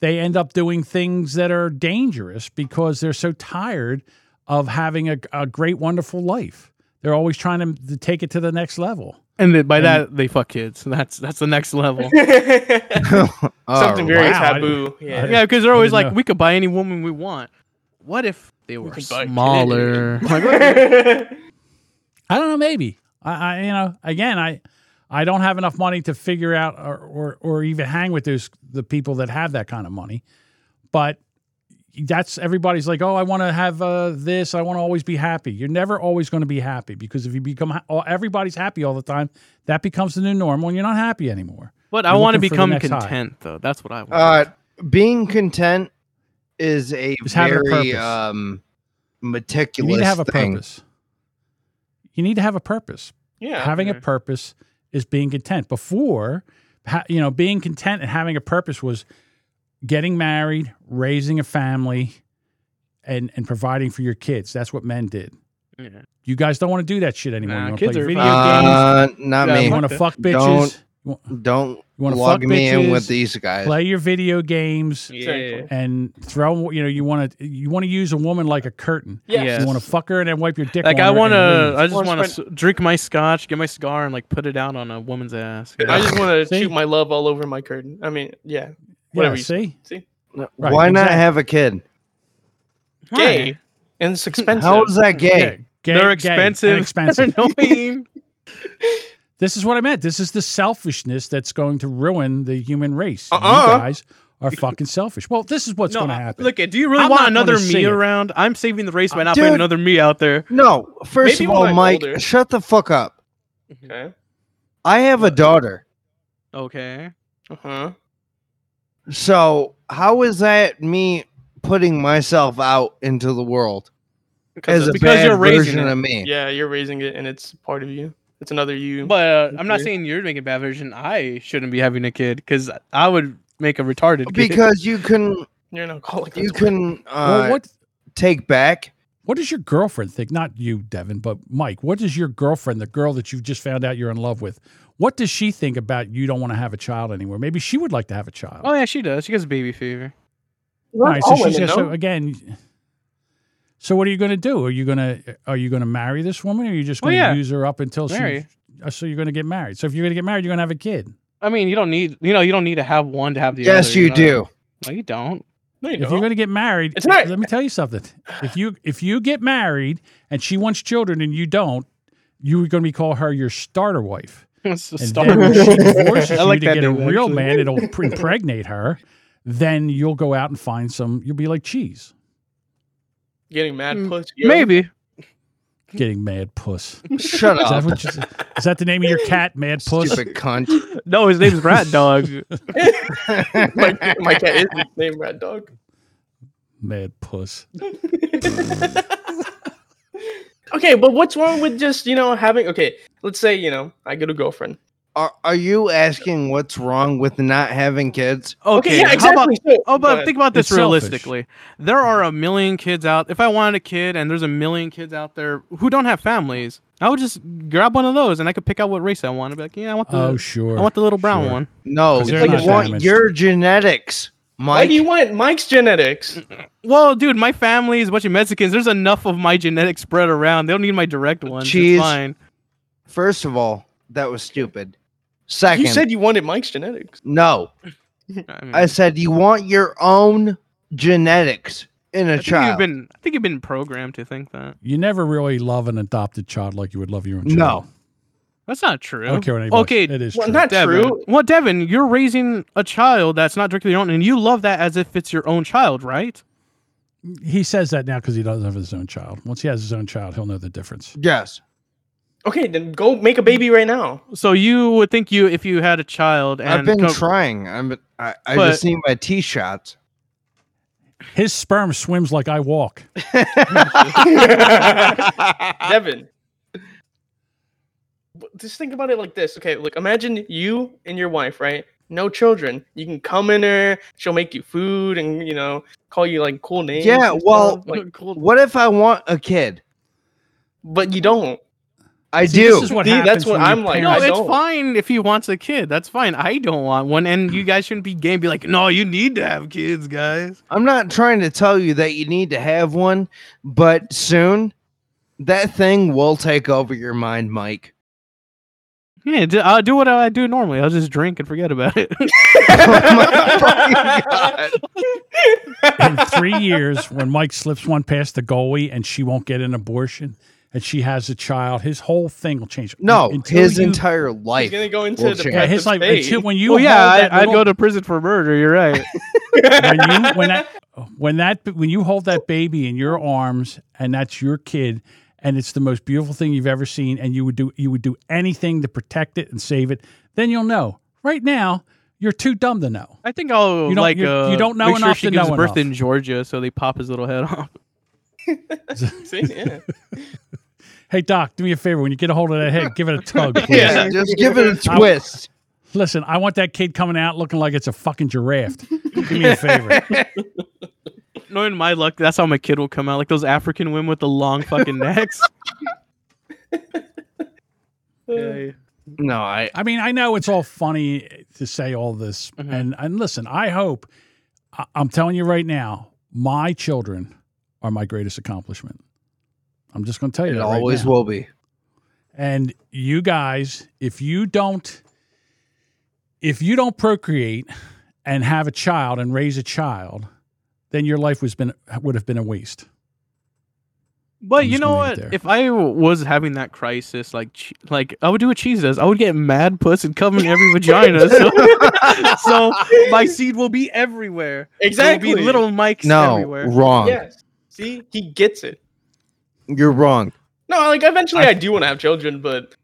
they end up doing things that are dangerous because they're so tired of having a, a great, wonderful life. They're always trying to, to take it to the next level. And then by And- that they fuck kids. That's that's the next level. <laughs> Something very wow. taboo. Yeah. <laughs> yeah, because they're always didn't like, know. we could buy any woman we want. What if they were could buy a kid. smaller? Oh <laughs> Like, I don't know, maybe. I, I you know, again, I I don't have enough money to figure out or, or or even hang with those the people that have that kind of money. But that's everybody's like, oh, I want to have uh, this. I want to always be happy. You're never always going to be happy because if you become ha- all- everybody's happy all the time, that becomes the new normal, and you're not happy anymore. but I You're want to looking for the become next high. content, though. That's what I want. Uh, being content is a Just having a very purpose. um, You meticulous need to have a thing. purpose. You need to have a purpose. yeah. having a okay. purpose is being content. Before, ha- you know, being content and having a purpose was getting married, raising a family, and and providing for your kids. That's what men did. Yeah. You guys don't want to do that shit anymore. Nah, you want to kids play are video games. Uh, not Yeah, You me. want to Fuck fuck bitches. Don't- You wa- Don't You want to fuck log bitches. me in with uh, these guys. Play your video games Yeah. and throw. You know, you want to you want to use a woman like a curtain. Yes. You want to fuck her and then wipe your dick. Like on I her want and to, leave. I just Or want spread- to drink my scotch, get my cigar, and like put it out on a woman's ass. I just want to See? shoot my love all over my curtain. I mean, yeah. Yeah, Whatever you see, right, Why not exactly. have a kid? Gay. And it's expensive. How is that Yeah, gay? gay- gay They're and expensive. <laughs> expensive. They're annoying. This is what I meant. This is the selfishness that's going to ruin the human race. Uh-uh. You guys are fucking selfish. Well, this is what's no, going to happen. look, do you really I'm want not another gonna see me it. around? I'm saving the race by not Dude. putting another me out there. No. First Maybe when of all, I'm Mike, older. shut the fuck up. Okay. I have a daughter. Okay. Uh huh. So how is that me putting myself out into the world as a because bad you're raising version it. of me? Yeah, you're raising it, and it's part of you. It's another you. But uh, I'm not Okay. saying you're making a bad version. I shouldn't be having a kid because I would make a retarded kid. Because you can you're an alcoholic. you that's why. can uh, well, what take back. what does your girlfriend think? Not you, Devin, but Mike. What does your girlfriend, the girl that you've just found out you're in love with, what does she think about you don't want to have a child anymore? Maybe she would like to have a child. oh yeah, she does. She gets baby fever. All right, so all she's women, gonna- so no? again. So what are you going to do? Are you going to are you going to marry this woman, or are you just Well, going to yeah. use her up until Marry. she? uh, So you're going to get married. So if you're going to get married, you're going to have a kid. I mean, you don't need you know you don't need to have one to have the other. yes, you know? do. No, you don't. <laughs> No, you if you're don't. going to get married, It's not- let me tell you something. If you if you get married and she wants children and you don't, you're going to be call her your starter wife. It's a And star. then when she <laughs> divorces I you like to that get a name, real actually. man, it'll pre- impregnate her. Then you'll go out and find some. You'll be like cheese, Getting mad Mm, pussy. yo. Maybe. getting mad puss. Shut Is that, Oh. up, what you, is that the name of your cat, Mad Puss? stupid cunt. No, his name's Rat <laughs> Dog. <laughs> my, my cat is named Rat Dog. Mad Puss. Okay, but what's wrong with just you know having? Okay, let's say you know I get a girlfriend. Are, are you asking what's wrong with not having kids? Okay, Okay, yeah, how about exactly. so, Oh, but but- think about this It's selfish. realistically. There are a million kids out. If I wanted a kid, and there's a million kids out there who don't have families, I would just grab one of those, and I could pick out what race I want. I'd be like, yeah, I want the, Oh sure. I want the little brown sure. one. No, 'Cause you they're want not damaged. your genetics, why Mike. do you want Mike's genetics? Well, dude, my family is a bunch of Mexicans. There's enough of my genetics spread around. They don't need my direct ones. Cheese. It's fine. First of all, that was stupid. Second, You said you wanted Mike's genetics. no. I, mean, I I said you want your own genetics in a think you've child. been. I think you've been programmed to think that. You never really love an adopted child like you would love your own child. No. That's not true. I don't care what anybody. Okay, it is Well, true. not Devin. true. Well, Devin, you're raising a child that's not directly your own, and you love that as if it's your own child, right? He says that now because he doesn't have his own child. Once he has his own child, he'll know the difference. yes. Okay, then go make a baby right now. So you would think you, if you had a child, and I've been co- trying. I'm. I, I But- just need my T <laughs> shots. His sperm swims like I walk. Devin. <laughs> But Just think about it like this. Okay, like imagine you and your wife, right? No children. You can come in her. She'll make you food and you know call you like cool names. Yeah, and well, stuff, like cool. What if I want a kid? but you don't. I See, This is what See, that's happens what when your I'm like, No, I parents- don't. it's fine if he wants a kid. That's fine. I don't want one, and you guys shouldn't be gay and be like, "No, you need to have kids, guys." I'm not trying to tell you that you need to have one, but soon that thing will take over your mind, Mike. <laughs> Yeah, d- I'll do what I do normally. I'll just drink and forget about <laughs> it. Oh my God. in three years, when Mike slips one past the goalie and she won't get an abortion and she has a child, his whole thing will change. No, Until his you- entire He's life. gonna go into Well, the sure. yeah, his life. Until, when you well, yeah, hold that I, I'd little- go to prison for murder. You're right. when you when that when that when you hold that baby in your arms and that's your kid and it's the most beautiful thing you've ever seen and you would do you would do anything to protect it and save it then you'll know right now you're too dumb to know <laughs> I think I'll You don't- like you- uh, you don't know make sure enough she to gives know birth enough. in Georgia, so they pop his little head <laughs> off. <laughs> See, yeah. hey doc do me a favor when you get a hold of that head give it a tug <laughs> please. Yeah. Yeah, just give it a twist. listen i want that kid coming out looking like it's a fucking giraffe do me a favor Knowing my luck, that's how my kid will come out. Like those African women with the long fucking necks. <laughs> Yeah. No, I I mean, I know <laughs> it's all funny to say all this, Mm-hmm. Mhm. and and listen, I hope I, I'm telling you right now, my children are my greatest accomplishment. I'm just going to tell you it that right always now. will be. And you guys, if you don't, if you don't procreate and have a child and raise a child, then your life was been would have been a waste. But I'm you just know gonna leave what? it there. If I w- was having that crisis, like che- like I would do what cheese does. I would get mad puss and come in <laughs> every vagina. So, <laughs> so my seed will be everywhere. There will exactly. be little mics No, everywhere. wrong. Yes. See, he gets it. You're wrong. No, like eventually, I, I- do want to have children, but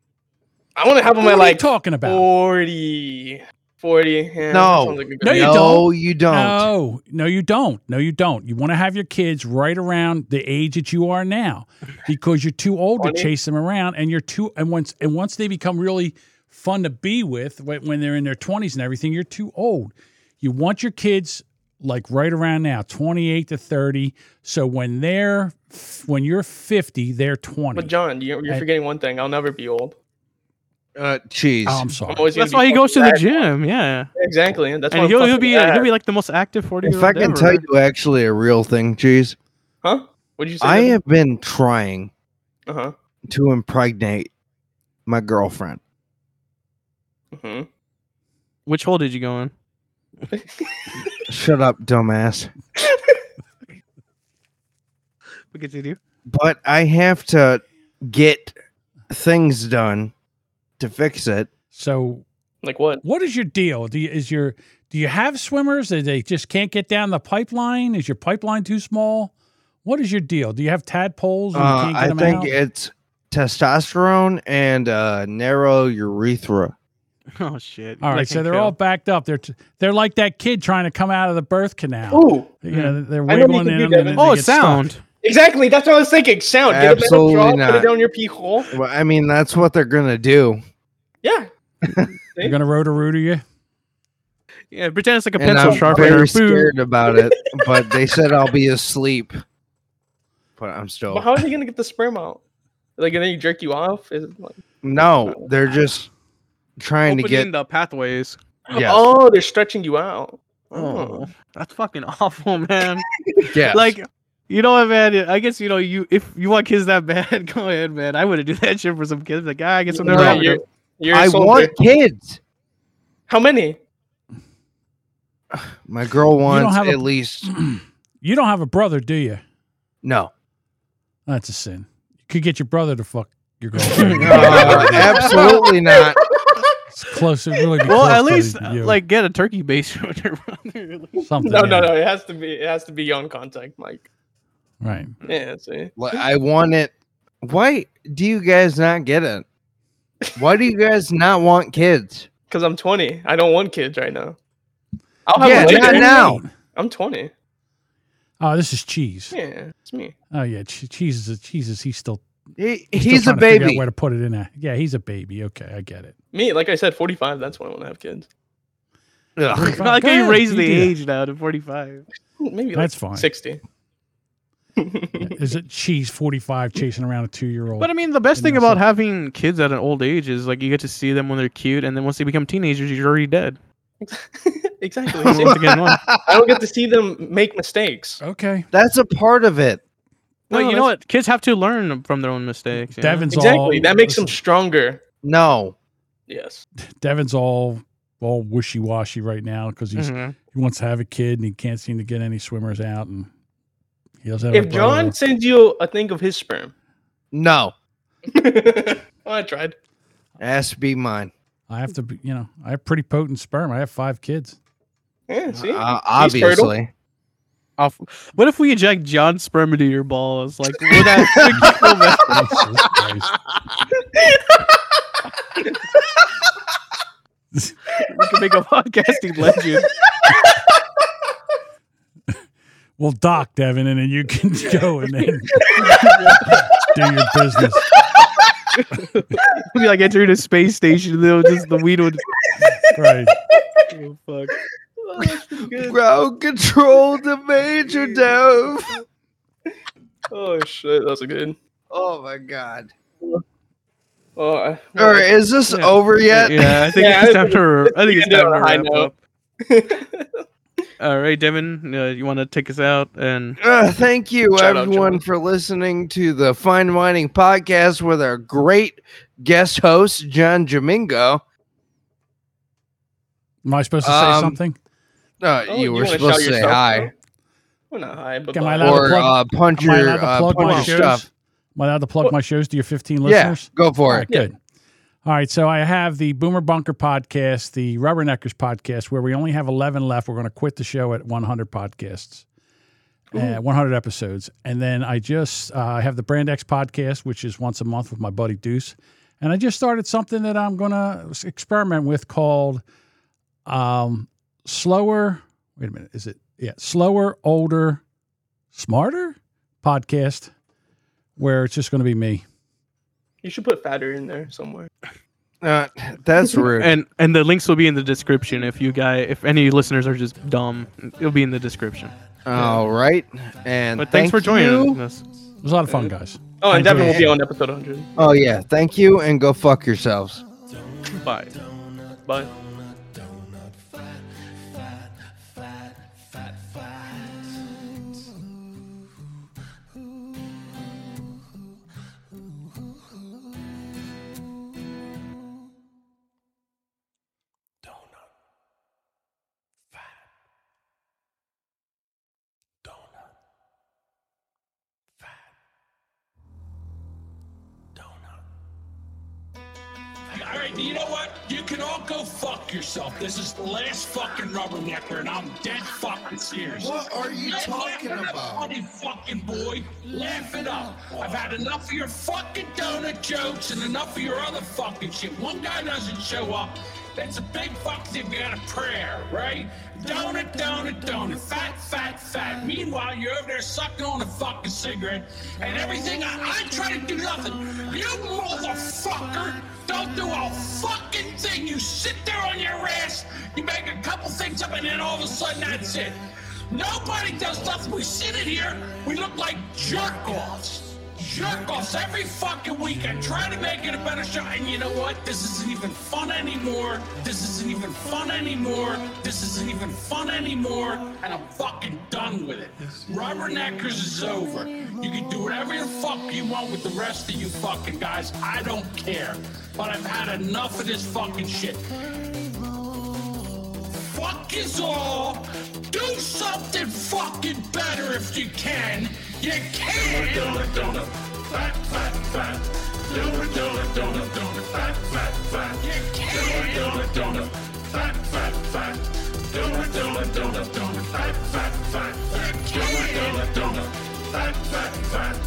I want to have them what at are you like talking about? 40, 40. Yeah, No. sounds like a good No, you idea. don't. you don't. No, no, you don't. No, you don't. You want to have your kids right around the age that you are now, because you're too old to Funny. chase them around, and you're too and once and once they become really fun to be with when, when they're in their twenties and everything, you're too old. You want your kids like right around now, twenty eight to thirty. So when they're when you're fifty, they're twenty. But John, you're, you're I- forgetting one thing. I'll never be old. Uh, cheese. oh, I'm sorry. I'm always gonna That's be why he goes to fucking the fat. gym. Yeah, Exactly, and that's why and I'm he'll he'll fucking be fat. he'll be like the most active forty year if old I can ever. tell you actually a real thing, cheese, huh? What'd you say? I have been trying Uh huh. to impregnate my girlfriend. hmm Which hole did you go in? Shut up, dumbass. We continue. But I have to get things done to fix it. So <laughs> Like what? what is your deal? Do you, is your do you have swimmers that they just can't get down the pipeline? Is your pipeline too small? What is your deal? Do you have tadpoles? And Uh, you I can't get them think out? it's testosterone and uh, narrow urethra. <laughs> Oh shit! all right, Like so they're Hank all Hill. backed up. They're t- they're like that kid trying to come out of the birth canal. Ooh, You know, they're I know what you wiggling can in do, them. and Devin. then they Oh, get it's sound. stuck. exactly. That's what I was thinking. Sound. Get a metal Absolutely straw, Put not. it down your pee hole. Well, I mean, that's what they're gonna do. Yeah. You're gonna rotor rooter you. Yeah, pretend it's like a And pencil I'm sharpener. Boo. very scared about <laughs> it, but they said I'll be asleep. But I'm still But how are they gonna get the sperm out? Like, and then you jerk you off? Is it like, no. They're just trying to get. Opening the pathways. Yes. Oh, they're stretching you out. Oh, that's fucking <laughs> awful, man. yes. <laughs> Like, you know what, man? I guess you know you if you want kids that bad, <laughs> go ahead, man. I would have do that shit for some kids. Like, ah, I guess I'm No, not. you're, you're a I soldier. want kids. How many? My girl wants have a- at least You <clears throat> don't have a brother, do you? <laughs> no. That's a sin. You could get your brother to fuck your girlfriend. Uh, absolutely not. it's close. It really be Well, close at brother least to you. like get a turkey base <laughs> with your brother. Like, something. No, no, yeah. no. It has to be. It has to be on contact, Mike. Right. Yeah. See. Like, I want it. Why do you guys not get it? Why do you guys not want kids? Because I'm 20. I don't want kids right now. I'll have Yeah, yeah, not now. I'm 20. Oh, this is cheese. Yeah, it's me. Oh yeah, che- cheese is a, cheese is he's still He, still he's a trying to figure out baby. Where to put it in there? Yeah, he's a baby. Okay, I get it. Me, like I said, 45. That's when I want to have kids. Ugh. <laughs> like Go you ahead, raise you the do that. age now to 45. Maybe That's like fine. 60. Is it she's 45 chasing around a two year old? But I mean, the best You thing know, about Oh, so- having kids at an old age is like you get to see them when they're cute, and then once they become teenagers, you're already dead. <laughs> exactly. Once See, again, well, I don't get to see them make mistakes. Okay. That's a part of it. no, No, you know what? Kids have to learn from their own mistakes. you know? Devin's all Exactly. That makes them listen, stronger. No. Yes. <laughs> Devin's all all wishy washy right now because he's Mhm. he wants to have a kid and he can't seem to get any swimmers out and he doesn't have If a John brother. sends you a thing of his sperm, <laughs> Oh, No. I tried. Has to be mine. I have to be you know, I have pretty potent sperm. I have five kids. <laughs> Yeah, see? Uh, He's fertile. obviously. Off. What if we eject John sperm into your balls? Like, would that freak you over? Jesus Christ. we could make a <laughs> podcasting legend? <laughs> Well, dock Devin, and then you can <laughs> go and then do your business. We'd be like entering a space station, and then just the weed would. Right. Oh, fuck. Oh, that's pretty <laughs> good. Ground control the major dove. Oh, shit. That's a good. Oh my god. Oh, I, Or is this Yeah. over yet? Yeah, I think Yeah, it's I time to. I think it's can do it time on a to high wrap note. up. <laughs> All right, Devin, uh, you want to take us out and Uh, thank you, Shout out, everyone, John. for listening to the Fine Whining Podcast with our great guest host, John Jamingo. Am I supposed to say Um, something? Uh, Oh, you were wanna supposed shout to say yourself hi out? Well, not hi, but Am I bye. allowed to or plug- uh, punch Am I your, allowed to uh, plug my punch your shows? stuff. Am I allowed to plug my shows to your 15 Yeah, listeners? go for All it. right, good. All right, so I have the Boomer Bunker podcast, the Rubberneckers podcast, where we only have 11 left. We're going to quit the show at 100 podcasts, uh, 100 episodes. And then I just uh, I have the Brand X podcast, which is once a month with my buddy Deuce. And I just started something that I'm going to experiment with called um, Slower. Wait a minute. Is it? Yeah. Slower, Older, Smarter podcast, where it's just going to be me. You should put fatter in there somewhere. Uh, that's rude. and and the links will be in the description if you guy if any listeners are just dumb, it'll be in the description. <laughs> All right. And But thank thanks for joining you. us. It was a lot of fun, guys. Oh, and Thank you. Devin will be on episode 100. Oh, yeah. Thank you, and go fuck yourselves. Bye. Bye. All right, you know what? You can all go fuck yourself. This is the last fucking rubbernecker, and I'm dead fucking serious. What are you Laugh- laugh talking it up, about? funny fucking boy. Laugh it up. I've had enough of your fucking donut jokes and enough of your other fucking shit. One guy doesn't show up. That's a big fuck if you got a prayer, right? Donut, donut, donut. Fat, fat, fat. Meanwhile, you're over there sucking on a fucking cigarette and everything. I, I try to do nothing. You motherfucker don't do a fucking thing. You sit there on your ass, you make a couple things up, and then all of a sudden that's it. Nobody does nothing. We sit in here, we look like jerk offs. Jerk offs every fucking week. I try to make it a better show. And you know what? This isn't even fun anymore. This isn't even fun anymore. This isn't even fun anymore. And I'm fucking done with it. Rubberneckers is over. You can do whatever the fuck you want with the rest of you fucking guys. I don't care. But I've had enough of this fucking shit fuck is all. Do something fucking better if you can. You can. Donut, donut, fat, fat, fat. Donut, donut, donut, donut, fat, fat, fat. You can. Donut, donut, donut, fat, fat, fat. Donut, donut, donut, donut, fat, fat, fat. You can. Donut, donut, donut, fat, fat, fat.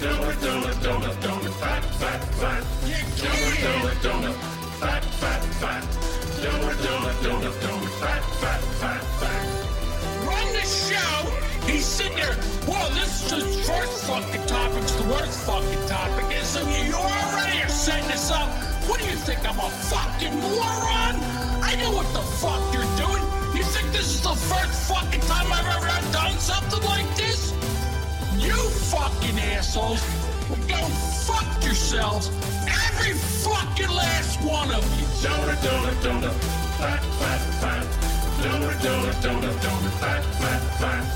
Donut, donut, donut, donut, fat, fat, fat. You can. Donut, donut, donut, fat, fat, fat. Donut, donut, donut, donut, fat, fat, fat, fat. Run the show. He's sitting there. Well, this is the first fucking topic. It's the worst fucking topic. And so you already are setting this up. What do you think? I'm a fucking moron? I know what the fuck you're doing. You think this is the first fucking time I've ever done something like this? You assholes. But go fuck yourselves. Every fucking last one of you. Donut, donut, donut. Fat, fat, fat. Donut, donut, donut, donut. Fat, fat, fat.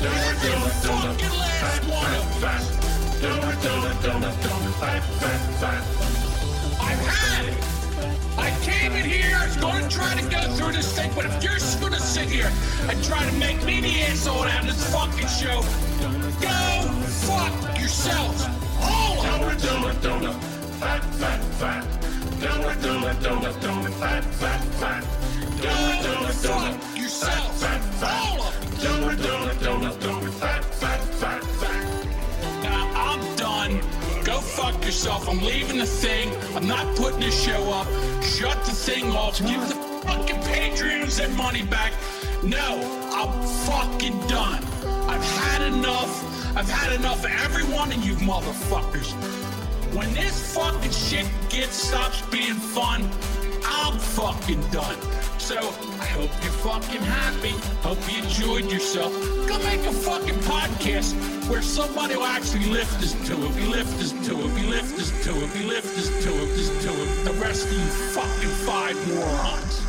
Donut, donut, donut. Fucking last one of you. Donut, donut, donut, donut. Fat, fat, fat. I've had it. I came in here, I was gonna try to go through this thing, but if you're just gonna sit here and try to make me the asshole out of this fucking show, go fuck yourselves. All of them. Donut, donut, donut, fat, fat, fat. Donut, donut, donut, donut, fat, fat, fat. Donut, donut, donut. Fuck yourselves. Fat, fat, All of them. Donut, donut, donut, donut, fat, fat, fat, fat. Now, I'm done. Go fuck yourself. I'm leaving the thing. I'm not putting this show up. Shut the thing off. Give the fucking Patreons their money back. No, I'm fucking done. I've had enough. I've had enough of every one of you motherfuckers. When this fucking shit gets stops being fun, I'm fucking done. So I hope you're fucking happy. Hope you enjoyed yourself. Go make a fucking podcast where somebody will actually lift us to it. We lift us to it. We lift us to it. We lift us to it. This to it. The rest of you fucking five morons.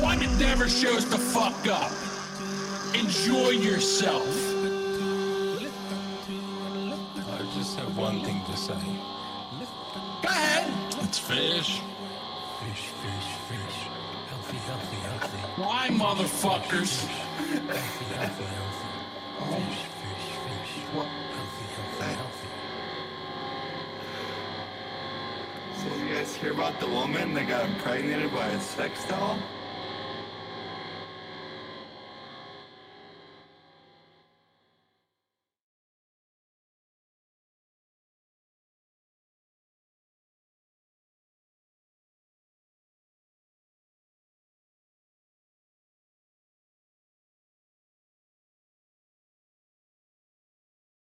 One that never shows the fuck up. Enjoy yourself. I just have one thing to say. Go ahead. It's fish. Fish, fish, fish. Healthy, healthy, healthy. Why, motherfuckers? Healthy, healthy, healthy. Fish, fish, fish. Healthy, healthy, healthy. So you guys hear about the woman that got impregnated by a sex doll?